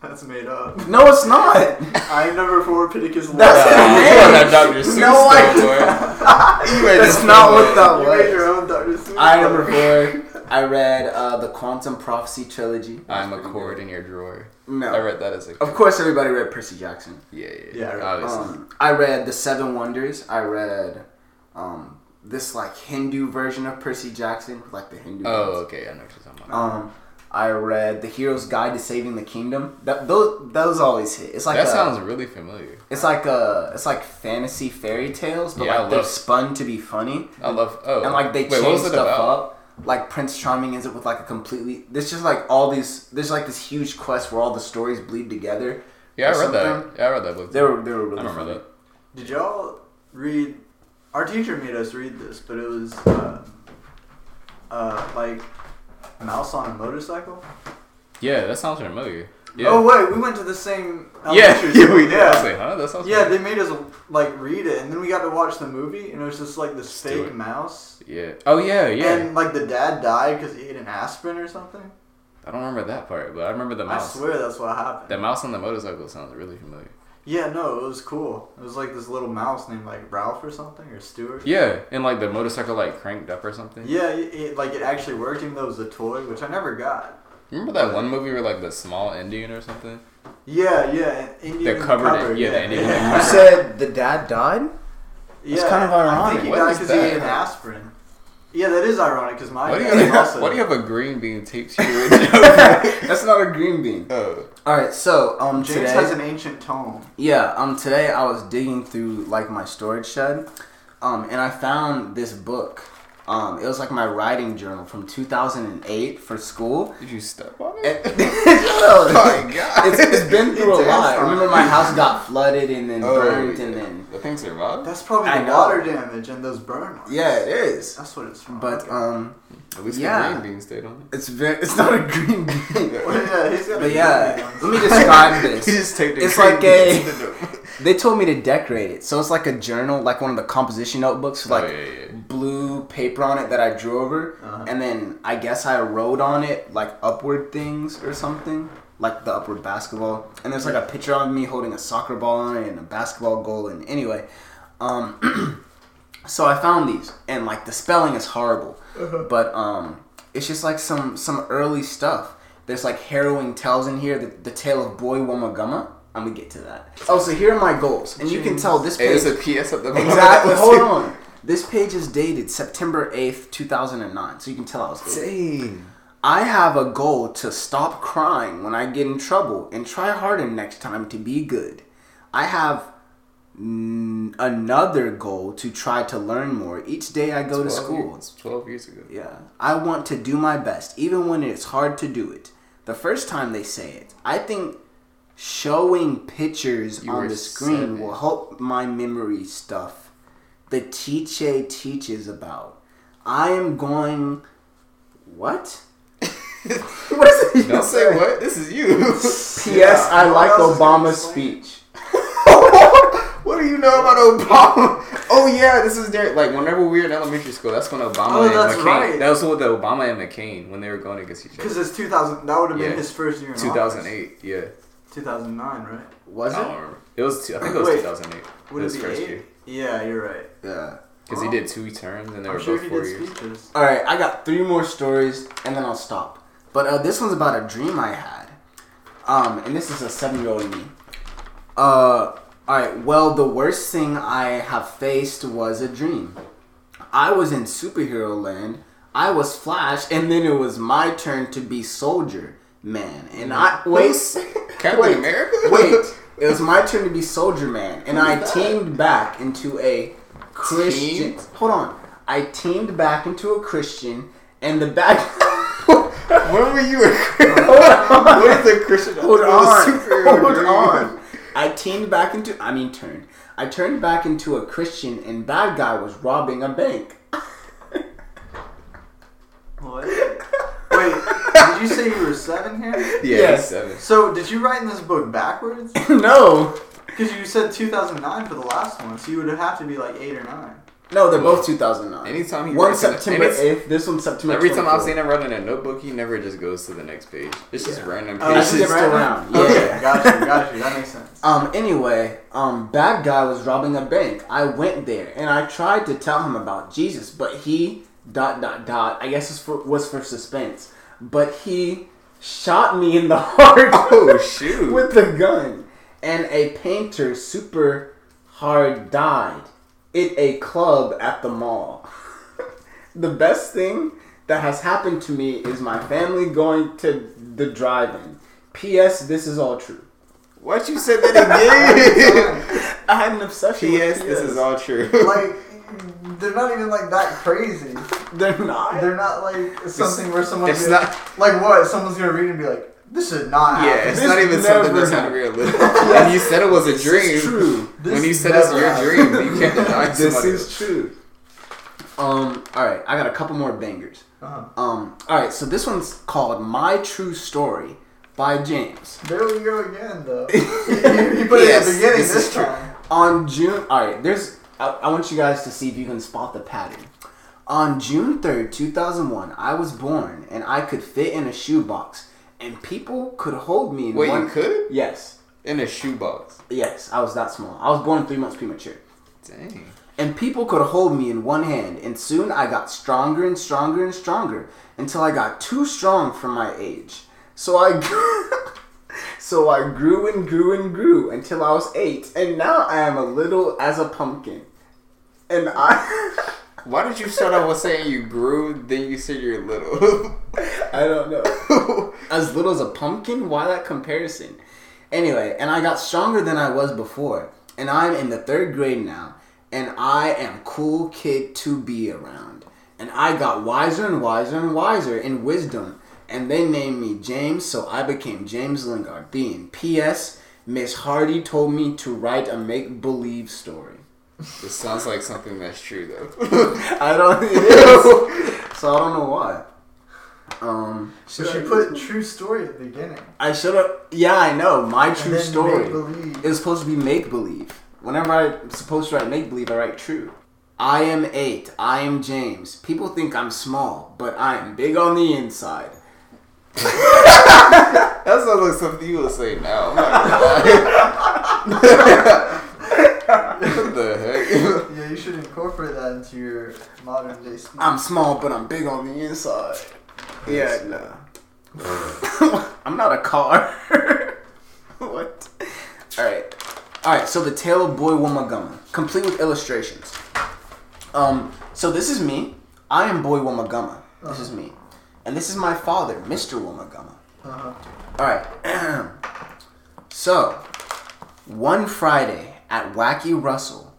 [SPEAKER 2] That's made up.
[SPEAKER 3] no, it's not.
[SPEAKER 1] [laughs]
[SPEAKER 2] I'm number four, Pittacus Lore.
[SPEAKER 3] That's
[SPEAKER 1] Uh, [laughs]
[SPEAKER 3] it.
[SPEAKER 1] you are not Dr. Seuss,
[SPEAKER 3] No,
[SPEAKER 1] no,
[SPEAKER 3] I-
[SPEAKER 1] [laughs] That's
[SPEAKER 3] That's not what that
[SPEAKER 2] You made your
[SPEAKER 3] was.
[SPEAKER 2] own Dr. Seuss.
[SPEAKER 3] I Number Four. I read uh, the Quantum Prophecy trilogy.
[SPEAKER 1] I'm a cord in your drawer.
[SPEAKER 3] No,
[SPEAKER 1] I read that as a.
[SPEAKER 3] Of course, everybody read Percy Jackson.
[SPEAKER 1] Yeah, yeah,
[SPEAKER 2] Yeah, I read-
[SPEAKER 1] obviously.
[SPEAKER 3] Um, I read The Seven Wonders. I read um, this like Hindu version of Percy Jackson, like the Hindu.
[SPEAKER 1] oh,
[SPEAKER 3] gods.
[SPEAKER 1] okay, I know what you're talking about.
[SPEAKER 3] Um, I read The Hero's Guide to Saving the Kingdom. That those those always hit. It's like uh,
[SPEAKER 1] that
[SPEAKER 3] a,
[SPEAKER 1] sounds really familiar.
[SPEAKER 3] It's like a it's like fantasy fairy tales, but
[SPEAKER 1] Yeah, I
[SPEAKER 3] like they're
[SPEAKER 1] love-
[SPEAKER 3] spun to be funny,
[SPEAKER 1] I love. Oh,
[SPEAKER 3] and like they
[SPEAKER 1] wait, what
[SPEAKER 3] change
[SPEAKER 1] was it
[SPEAKER 3] stuff
[SPEAKER 1] about?
[SPEAKER 3] up. Like Prince Charming ends up with like a completely. There's just like all these. There's like this huge quest where all the stories bleed together.
[SPEAKER 1] Yeah, I
[SPEAKER 3] or
[SPEAKER 1] read that.
[SPEAKER 3] something.
[SPEAKER 1] Yeah, I read that book.
[SPEAKER 3] They were they were
[SPEAKER 1] I
[SPEAKER 3] really.
[SPEAKER 1] remember
[SPEAKER 3] funny.
[SPEAKER 1] that.
[SPEAKER 2] Did y'all read? Our teacher made us read this, but it was uh, uh, like mouse on a motorcycle.
[SPEAKER 1] Yeah, that sounds familiar. Yeah.
[SPEAKER 2] Oh wait, we went to the same.
[SPEAKER 1] yeah,
[SPEAKER 2] elementary
[SPEAKER 1] [laughs] yeah,
[SPEAKER 2] school,
[SPEAKER 1] we did. I was
[SPEAKER 2] Yeah.
[SPEAKER 1] like, huh? That sounds.
[SPEAKER 2] Yeah, they made us like read it, and then we got to watch the movie, and it was just like this
[SPEAKER 1] do
[SPEAKER 2] fake
[SPEAKER 1] it.
[SPEAKER 2] mouse,
[SPEAKER 1] yeah. Oh yeah, yeah.
[SPEAKER 2] and like the dad died because he ate an aspirin or something.
[SPEAKER 1] I don't remember that part, but I remember the mouse.
[SPEAKER 2] I swear that's what happened.
[SPEAKER 1] The mouse on the motorcycle sounds really familiar.
[SPEAKER 2] Yeah, no, it was cool. It was like this little mouse named like Ralph or something or Stuart.
[SPEAKER 1] Yeah, and like the motorcycle like cranked up or something.
[SPEAKER 2] Yeah, it, it- like it actually worked, even though it was a toy, which I never got.
[SPEAKER 1] Remember that
[SPEAKER 3] Oh,
[SPEAKER 1] one movie where like the small Indian or something?
[SPEAKER 2] Yeah, yeah, and Indian
[SPEAKER 1] They're
[SPEAKER 2] in the
[SPEAKER 1] covered in-
[SPEAKER 2] cupboard,
[SPEAKER 1] yeah, the
[SPEAKER 2] [laughs]
[SPEAKER 1] Indian in the
[SPEAKER 3] You said the dad died?
[SPEAKER 2] yeah.
[SPEAKER 3] It's kind of
[SPEAKER 2] I
[SPEAKER 3] ironic.
[SPEAKER 2] think he
[SPEAKER 1] What
[SPEAKER 2] died
[SPEAKER 1] is
[SPEAKER 2] because he ate
[SPEAKER 1] that?
[SPEAKER 2] an aspirin. Yeah, that is ironic because my
[SPEAKER 1] Why do you
[SPEAKER 2] dad
[SPEAKER 1] have,
[SPEAKER 2] also.
[SPEAKER 1] why do you have a green bean taped to [laughs] your window?
[SPEAKER 3] That's not a green bean.
[SPEAKER 1] oh.
[SPEAKER 3] All right, so um
[SPEAKER 2] James
[SPEAKER 3] today,
[SPEAKER 2] has an ancient tome.
[SPEAKER 3] yeah, um today I was digging through like my storage shed, um and I found this book. Um, it was like my writing journal from 2008
[SPEAKER 1] [laughs]
[SPEAKER 3] for school.
[SPEAKER 1] Did you step on
[SPEAKER 3] And-
[SPEAKER 1] it? [laughs]
[SPEAKER 3] oh
[SPEAKER 1] my God.
[SPEAKER 3] It's, it's been through a
[SPEAKER 2] It's
[SPEAKER 3] lot.
[SPEAKER 2] awesome.
[SPEAKER 3] Remember, my house got flooded and then
[SPEAKER 1] [laughs] Oh,
[SPEAKER 3] burned,
[SPEAKER 1] yeah.
[SPEAKER 3] and then
[SPEAKER 1] The thing survived?
[SPEAKER 2] That's probably
[SPEAKER 3] I
[SPEAKER 2] the
[SPEAKER 3] know.
[SPEAKER 2] water damage and those burn marks.
[SPEAKER 3] yeah, it is.
[SPEAKER 2] that's what it's from.
[SPEAKER 3] But um,
[SPEAKER 1] At least
[SPEAKER 3] Yeah.
[SPEAKER 1] the green bean stayed on
[SPEAKER 3] it's very, [laughs] it's not a green bean.
[SPEAKER 1] it.
[SPEAKER 2] Well, [laughs] [laughs] yeah, he's got a
[SPEAKER 3] But yeah,
[SPEAKER 2] good
[SPEAKER 3] let me
[SPEAKER 2] one.
[SPEAKER 1] [laughs]
[SPEAKER 3] describe this.
[SPEAKER 1] He just taped the
[SPEAKER 3] It's
[SPEAKER 1] green
[SPEAKER 3] like
[SPEAKER 1] bean
[SPEAKER 3] a-
[SPEAKER 1] to the door.
[SPEAKER 3] They told me to decorate it, so it's like a journal, like one of the composition notebooks, with,
[SPEAKER 1] Oh,
[SPEAKER 3] like
[SPEAKER 1] yeah, yeah.
[SPEAKER 3] blue paper on it that I drew over,
[SPEAKER 2] Uh-huh.
[SPEAKER 3] and then I guess I wrote on it like upward things or something, like the upward basketball. And there's like a picture of me holding a soccer ball on it and a basketball goal. And anyway, um, so I found these, and like the spelling is horrible, but um, it's just like some some early stuff. There's like harrowing tales in here. The, the tale of Boy Wamagama. I'm gonna get to that. Oh, so here are my goals, and you can tell this
[SPEAKER 1] Hey,
[SPEAKER 3] page
[SPEAKER 1] there's a PS at the bottom.
[SPEAKER 3] Exactly. [laughs] Hold on. This page is dated September 8th, 2009, so you can tell I was late.
[SPEAKER 1] Dang.
[SPEAKER 3] I have a goal to stop crying when I get in trouble and try harder next time to be good. I have n- another goal to try to learn more each day I go to school.
[SPEAKER 1] It's 12 years ago.
[SPEAKER 3] Yeah. I want to do my best, even when it's hard to do it. The first time they say it, I think showing pictures
[SPEAKER 1] You
[SPEAKER 3] on
[SPEAKER 1] were
[SPEAKER 3] the screen
[SPEAKER 1] seven.
[SPEAKER 3] will help my memory stuff the teacher teaches about. I am going. What? what is it? you
[SPEAKER 1] Don't say
[SPEAKER 3] said?
[SPEAKER 1] what? This is [laughs] you.
[SPEAKER 2] [laughs]
[SPEAKER 3] P.S. I
[SPEAKER 2] Yeah,
[SPEAKER 3] like
[SPEAKER 2] what else is
[SPEAKER 3] Obama's
[SPEAKER 2] gonna
[SPEAKER 3] speech.
[SPEAKER 1] what do you know about Obama? [laughs] Oh yeah, this is their like whenever we were in elementary school, that's when Obama
[SPEAKER 2] Oh,
[SPEAKER 1] and
[SPEAKER 2] that's
[SPEAKER 1] McCain.
[SPEAKER 2] right.
[SPEAKER 1] That was with the Obama and McCain when they were going against each
[SPEAKER 2] Because
[SPEAKER 1] other.
[SPEAKER 2] it's 2000. That would have been
[SPEAKER 1] Yeah.
[SPEAKER 2] his first year in
[SPEAKER 1] 2008, yeah.
[SPEAKER 2] office. 2009, right?
[SPEAKER 1] I
[SPEAKER 3] Was
[SPEAKER 1] don't
[SPEAKER 3] it?
[SPEAKER 1] remember. Um, It was two, I think it was
[SPEAKER 2] Wait,
[SPEAKER 1] 2008.
[SPEAKER 2] Would
[SPEAKER 1] his
[SPEAKER 2] it be
[SPEAKER 1] first
[SPEAKER 2] eight?
[SPEAKER 1] year
[SPEAKER 2] Yeah, you're right.
[SPEAKER 3] Yeah.
[SPEAKER 1] because he did two terms and they were
[SPEAKER 2] I'm sure
[SPEAKER 1] both
[SPEAKER 2] he
[SPEAKER 1] four
[SPEAKER 2] did
[SPEAKER 1] years.
[SPEAKER 2] [laughs] speeches.
[SPEAKER 3] All right, I got three more stories, and then I'll stop. But uh, this one's about a dream I had, um, and this is a seven-year-old me. Uh, all right. Well, the worst thing I have faced was a dream. I was in superhero land. I was Flash, and then it was my turn to be Soldier Man. And
[SPEAKER 1] [laughs]
[SPEAKER 3] I wait,
[SPEAKER 1] Captain
[SPEAKER 3] wait,
[SPEAKER 1] America?
[SPEAKER 3] Wait, it was my turn to be Soldier Man, and I teamed back into a Christian.
[SPEAKER 1] Teamed?
[SPEAKER 3] Hold on, I teamed back into a Christian, and the back. [laughs]
[SPEAKER 1] When were you a
[SPEAKER 3] hold on,
[SPEAKER 1] What is a Christian?
[SPEAKER 3] hold on,
[SPEAKER 1] Superhero
[SPEAKER 3] hold
[SPEAKER 1] dream.
[SPEAKER 3] on. I teamed back into. I mean, turned. I turned back into a Christian, and bad guy was robbing a bank.
[SPEAKER 2] What? Wait, did you say you were seven here?
[SPEAKER 1] Yeah,
[SPEAKER 3] Yes.
[SPEAKER 1] he's seven.
[SPEAKER 2] So, did you write in this book backwards?
[SPEAKER 3] [laughs] no,
[SPEAKER 2] Because you said 2009 for the last one, so you would have to be like eight or nine.
[SPEAKER 3] No, they're
[SPEAKER 1] Well,
[SPEAKER 3] both 2009.
[SPEAKER 1] anytime he
[SPEAKER 3] one
[SPEAKER 1] writes in-
[SPEAKER 3] September
[SPEAKER 1] any-
[SPEAKER 3] 8th, this one September.
[SPEAKER 1] Every time I've seen
[SPEAKER 3] 24th.
[SPEAKER 1] him write in a notebook, he never just goes to the next page. It's just random
[SPEAKER 3] Oh,
[SPEAKER 1] pages.
[SPEAKER 3] that's just around. Yeah.
[SPEAKER 2] Okay, got you, got you. That makes
[SPEAKER 1] [laughs]
[SPEAKER 2] sense.
[SPEAKER 3] Um. Anyway, um, bad guy was robbing a bank. I went there and I tried to tell him about Jesus, but he dot dot dot. I guess it's for, was for suspense, but he shot me in the [laughs] heart.
[SPEAKER 1] Oh, [laughs] shoot.
[SPEAKER 3] With the gun, and a painter super hard died in a club at the mall. [laughs] the best thing that has happened to me is my family going to the drive-in. P.S. This is all true.
[SPEAKER 1] What you said that
[SPEAKER 2] [laughs]
[SPEAKER 1] again? [laughs]
[SPEAKER 3] [laughs] I had an obsession. with
[SPEAKER 1] P.S. This is all true.
[SPEAKER 2] Like, they're not even like that crazy.
[SPEAKER 3] They're not.
[SPEAKER 2] They're not like something where someone's
[SPEAKER 1] it's
[SPEAKER 2] gonna,
[SPEAKER 1] not-
[SPEAKER 2] like what someone's gonna read and be like, "This is
[SPEAKER 1] [laughs]
[SPEAKER 2] not
[SPEAKER 1] yeah,
[SPEAKER 2] happening.
[SPEAKER 1] it's
[SPEAKER 3] This
[SPEAKER 1] not even something
[SPEAKER 3] never
[SPEAKER 1] that's not
[SPEAKER 3] happened.
[SPEAKER 1] realistic. [laughs] When you said it was a
[SPEAKER 3] This
[SPEAKER 1] dream,
[SPEAKER 3] is true. [laughs]
[SPEAKER 1] when
[SPEAKER 2] This
[SPEAKER 1] you said it's
[SPEAKER 2] never
[SPEAKER 1] your dream,
[SPEAKER 2] happened.
[SPEAKER 1] you can't deny
[SPEAKER 3] this
[SPEAKER 1] somebody
[SPEAKER 3] is
[SPEAKER 1] else.
[SPEAKER 3] true. Um. All right. I got a couple more bangers.
[SPEAKER 2] Uh-huh.
[SPEAKER 3] Um. All right. So this one's called "My True Story" by James.
[SPEAKER 2] There we go
[SPEAKER 1] [laughs]
[SPEAKER 2] again, though. you, you put
[SPEAKER 1] Yes,
[SPEAKER 2] it at the beginning
[SPEAKER 1] this
[SPEAKER 2] this,
[SPEAKER 1] is true.
[SPEAKER 2] time.
[SPEAKER 3] On June, all right, there's. I, I want you guys to see if you can spot the pattern. On June 3rd, 2001, I was born and I could fit in a shoebox and people could hold me in
[SPEAKER 1] Wait,
[SPEAKER 3] one.
[SPEAKER 1] you could?
[SPEAKER 3] Yes.
[SPEAKER 1] In a shoebox.
[SPEAKER 3] Yes, I was that small. I was born three months premature.
[SPEAKER 1] Dang.
[SPEAKER 3] And people could hold me in one hand, and soon I got stronger and stronger and stronger until I got too strong for my age. So I [laughs] grew, so I grew and grew and grew until I was eight, and now I am a little as a pumpkin. And I [laughs]
[SPEAKER 1] Why did you start off with saying you grew, then you said you're little? [laughs]
[SPEAKER 3] I don't know. [laughs] as little as a pumpkin? Why that comparison? Anyway, and I got stronger than I was before, and I'm in the third grade now, and I am cool kid to be around. And I got wiser and wiser and wiser in wisdom, and they named me James, so I became James Lingard. Being P.S. Miss Hardy told me to write a make believe story.
[SPEAKER 1] this sounds like something that's true, though. [laughs]
[SPEAKER 2] [laughs]
[SPEAKER 3] I don't. It is. so I don't know why. Um,
[SPEAKER 2] So she
[SPEAKER 3] I-
[SPEAKER 2] put true story at the beginning.
[SPEAKER 3] I should have. Yeah, I know. My true
[SPEAKER 2] then
[SPEAKER 3] story.
[SPEAKER 2] make-believe.
[SPEAKER 3] It was supposed to be make believe. Whenever I'm supposed to write make believe, I write true. I am eight. I am James. People think I'm small, but I am big on the inside.
[SPEAKER 1] that sounds like something you would say now. I'm not gonna lie. what
[SPEAKER 3] [laughs]
[SPEAKER 1] the
[SPEAKER 2] Yeah, you should incorporate that into your modern day speech.
[SPEAKER 1] Uh-huh.
[SPEAKER 3] I'm small, but I'm big on the inside. Yeah, no. [laughs] I'm not a car. [laughs] what? All right, all right. So the tale of Boy Womagama, complete with illustrations. Um, so this is me. I am Boy Womagama. This is me, and this is my father, Mr. Womagama.
[SPEAKER 2] Uh-huh.
[SPEAKER 3] All right. [clears throat] so, one Friday at Wacky Russell,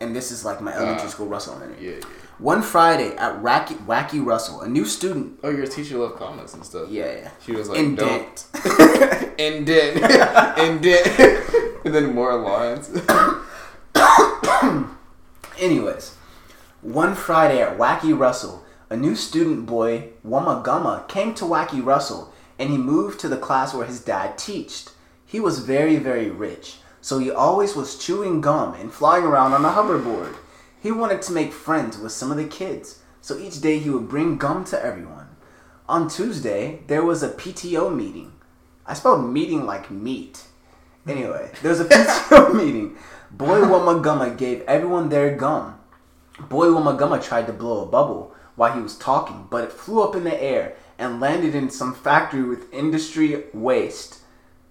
[SPEAKER 3] and this is like my elementary school Russell
[SPEAKER 1] heck?
[SPEAKER 3] elementary.
[SPEAKER 1] Yeah, yeah.
[SPEAKER 3] One Friday at Wacky, Wacky Russell, a new student.
[SPEAKER 1] Oh, your teacher loved comments and stuff.
[SPEAKER 3] Yeah.
[SPEAKER 1] She was like, don't. [laughs]
[SPEAKER 3] Indent. [laughs]
[SPEAKER 1] And then, and then, [laughs] and then more lines.
[SPEAKER 3] Anyways, one Friday at Wacky Russell, a new student boy, Wamagama, came to Wacky Russell and he moved to the class where his dad teached. He was very, very rich, so he always was chewing gum and flying around on a hoverboard. He wanted to make friends with some of the kids, so each day he would bring gum to everyone. On Tuesday, there was a PTO meeting. I spelled meeting like meat. Anyway, there was a PTO meeting. Boy Wamagama gave everyone their gum. Boy Wamagama tried to blow a bubble while he was talking, but it flew up in the air and landed in some factory with industry waste.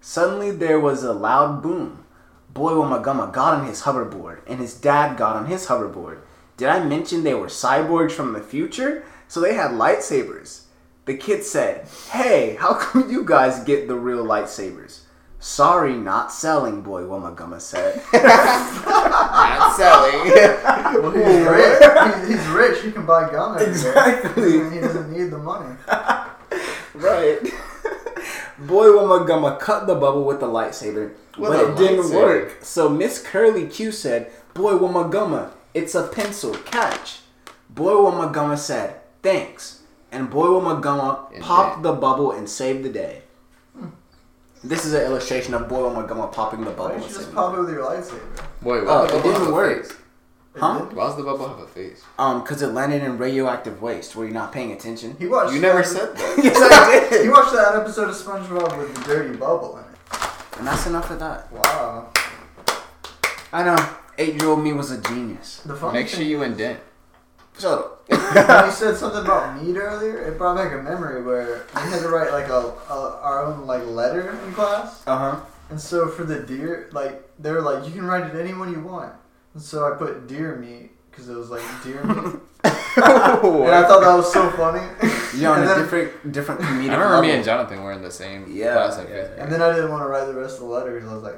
[SPEAKER 3] Suddenly, there was a loud boom. Boy oh Wamagama got on his hoverboard, and his dad got on his hoverboard. Did I mention they were cyborgs from the future? So they had lightsabers. The kid said, Hey, how come you guys get the real lightsabers? Sorry, not selling, Boy oh Wamagama said. [laughs]
[SPEAKER 1] Not selling.
[SPEAKER 2] Well, he's rich. He- He's rich. He can buy gum. everywhere.
[SPEAKER 3] Exactly.
[SPEAKER 2] He doesn't- He doesn't need
[SPEAKER 1] [laughs]
[SPEAKER 2] the money.
[SPEAKER 3] [laughs] Right. Boy Wamagama cut the bubble with the lightsaber,
[SPEAKER 1] With
[SPEAKER 3] but
[SPEAKER 1] a
[SPEAKER 3] it didn't
[SPEAKER 1] lightsaber.
[SPEAKER 3] work. So Miss Curly Q said, Boy Wamagama, uh, it's a pencil, catch. Boy Wamagama said, Thanks. And Boy Wamagama
[SPEAKER 1] And
[SPEAKER 3] uh, popped
[SPEAKER 1] then-
[SPEAKER 3] the bubble and saved the day. This is an illustration of Boyle Montgomery uh, popping the
[SPEAKER 2] Why
[SPEAKER 3] bubble.
[SPEAKER 2] did you just pop it with your lightsaber?
[SPEAKER 1] Wait,
[SPEAKER 3] Oh,
[SPEAKER 1] why
[SPEAKER 3] it
[SPEAKER 1] does the bubble have
[SPEAKER 3] didn't
[SPEAKER 1] a
[SPEAKER 3] work.
[SPEAKER 1] face?
[SPEAKER 2] It
[SPEAKER 3] Huh?
[SPEAKER 2] didn't?
[SPEAKER 1] Why does the bubble have a face?
[SPEAKER 3] Um, because it landed in radioactive waste where you're not paying attention.
[SPEAKER 1] [laughs]
[SPEAKER 3] [laughs]
[SPEAKER 2] He watched.
[SPEAKER 1] You never
[SPEAKER 2] that-
[SPEAKER 1] said that.
[SPEAKER 3] yes, I
[SPEAKER 2] He
[SPEAKER 3] did.
[SPEAKER 2] watched that episode of SpongeBob with the dirty bubble in it.
[SPEAKER 3] And that's enough of that.
[SPEAKER 2] Wow.
[SPEAKER 3] I know. Eight year old me was a genius.
[SPEAKER 2] The funny
[SPEAKER 1] Make sure
[SPEAKER 2] thing-
[SPEAKER 1] you indent.
[SPEAKER 3] Shut up. [laughs]
[SPEAKER 1] [laughs]
[SPEAKER 2] when you said something about meat earlier, it brought back a memory where we had to write like a, a our own like letter in class,
[SPEAKER 3] Uh
[SPEAKER 1] [laughs]
[SPEAKER 3] huh.
[SPEAKER 2] and so for the deer, like they were like, you can write it any one you want, and so I put deer meat because it was like deer
[SPEAKER 1] [laughs]
[SPEAKER 2] meat, and I thought that was so funny.
[SPEAKER 3] You're on
[SPEAKER 2] and,
[SPEAKER 3] a
[SPEAKER 2] then,
[SPEAKER 3] different, different comedic
[SPEAKER 1] I remember me
[SPEAKER 3] level.
[SPEAKER 1] and Jonathan were in the same
[SPEAKER 3] Yeah,
[SPEAKER 1] class in
[SPEAKER 3] yeah.
[SPEAKER 1] fifth grade.
[SPEAKER 2] and then I didn't want to write the rest of the letter because I was like,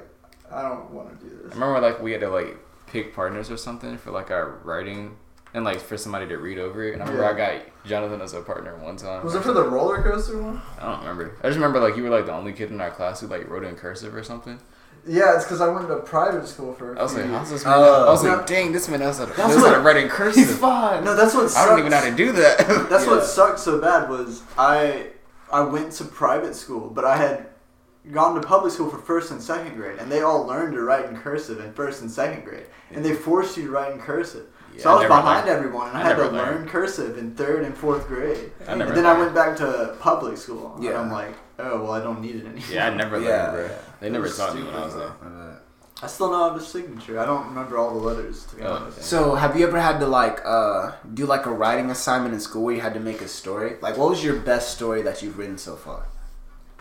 [SPEAKER 2] I don't want to do
[SPEAKER 1] I
[SPEAKER 2] this.
[SPEAKER 1] remember like we had to like pick partners or something for like our writing and like for somebody to read over it. And I remember I got Jonathan as a partner one time.
[SPEAKER 2] Was it for the roller coaster one?
[SPEAKER 1] I don't remember. I just remember like you were like the only kid in our class who like wrote in cursive or something.
[SPEAKER 2] Yeah, it's because I went to private school for. a
[SPEAKER 1] I was
[SPEAKER 2] few
[SPEAKER 1] like,
[SPEAKER 2] years.
[SPEAKER 1] how's this man?
[SPEAKER 3] Oh.
[SPEAKER 1] I was
[SPEAKER 2] No.
[SPEAKER 1] like, dang, this man knows how to,
[SPEAKER 3] That's
[SPEAKER 1] knows how
[SPEAKER 3] what-
[SPEAKER 1] to write in
[SPEAKER 3] He's
[SPEAKER 1] cursive.
[SPEAKER 3] fine.
[SPEAKER 2] no, that's what. Sucks.
[SPEAKER 1] I don't even know how to do that. [laughs]
[SPEAKER 2] That's
[SPEAKER 3] Yeah.
[SPEAKER 2] what sucked so bad was I I went to private school, but I had gone to public school for first and second grade, and they all learned to write in cursive in first and second grade, and they forced you to write in cursive.
[SPEAKER 1] Yeah,
[SPEAKER 2] so I
[SPEAKER 1] I
[SPEAKER 2] was
[SPEAKER 1] never
[SPEAKER 2] behind
[SPEAKER 1] learned.
[SPEAKER 2] everyone, and I,
[SPEAKER 1] I
[SPEAKER 2] had to
[SPEAKER 1] never learned.
[SPEAKER 2] learn cursive in third and fourth grade.
[SPEAKER 1] I never
[SPEAKER 2] and then I
[SPEAKER 1] learned.
[SPEAKER 2] went back to public school, and
[SPEAKER 3] Yeah.
[SPEAKER 2] I'm like, oh well, I don't need it anymore.
[SPEAKER 1] yeah, I never
[SPEAKER 3] Yeah.
[SPEAKER 1] learned, bro. They never
[SPEAKER 2] That's
[SPEAKER 1] taught me when I was
[SPEAKER 2] stupid.
[SPEAKER 1] there.
[SPEAKER 3] Uh,
[SPEAKER 2] [laughs] I still know how to signature. I don't remember all the letters to be
[SPEAKER 1] Oh,
[SPEAKER 2] honest.
[SPEAKER 3] So, have you ever had to like uh, do like a writing assignment in school where you had to make a story? Like, what was your best story that you've written so far?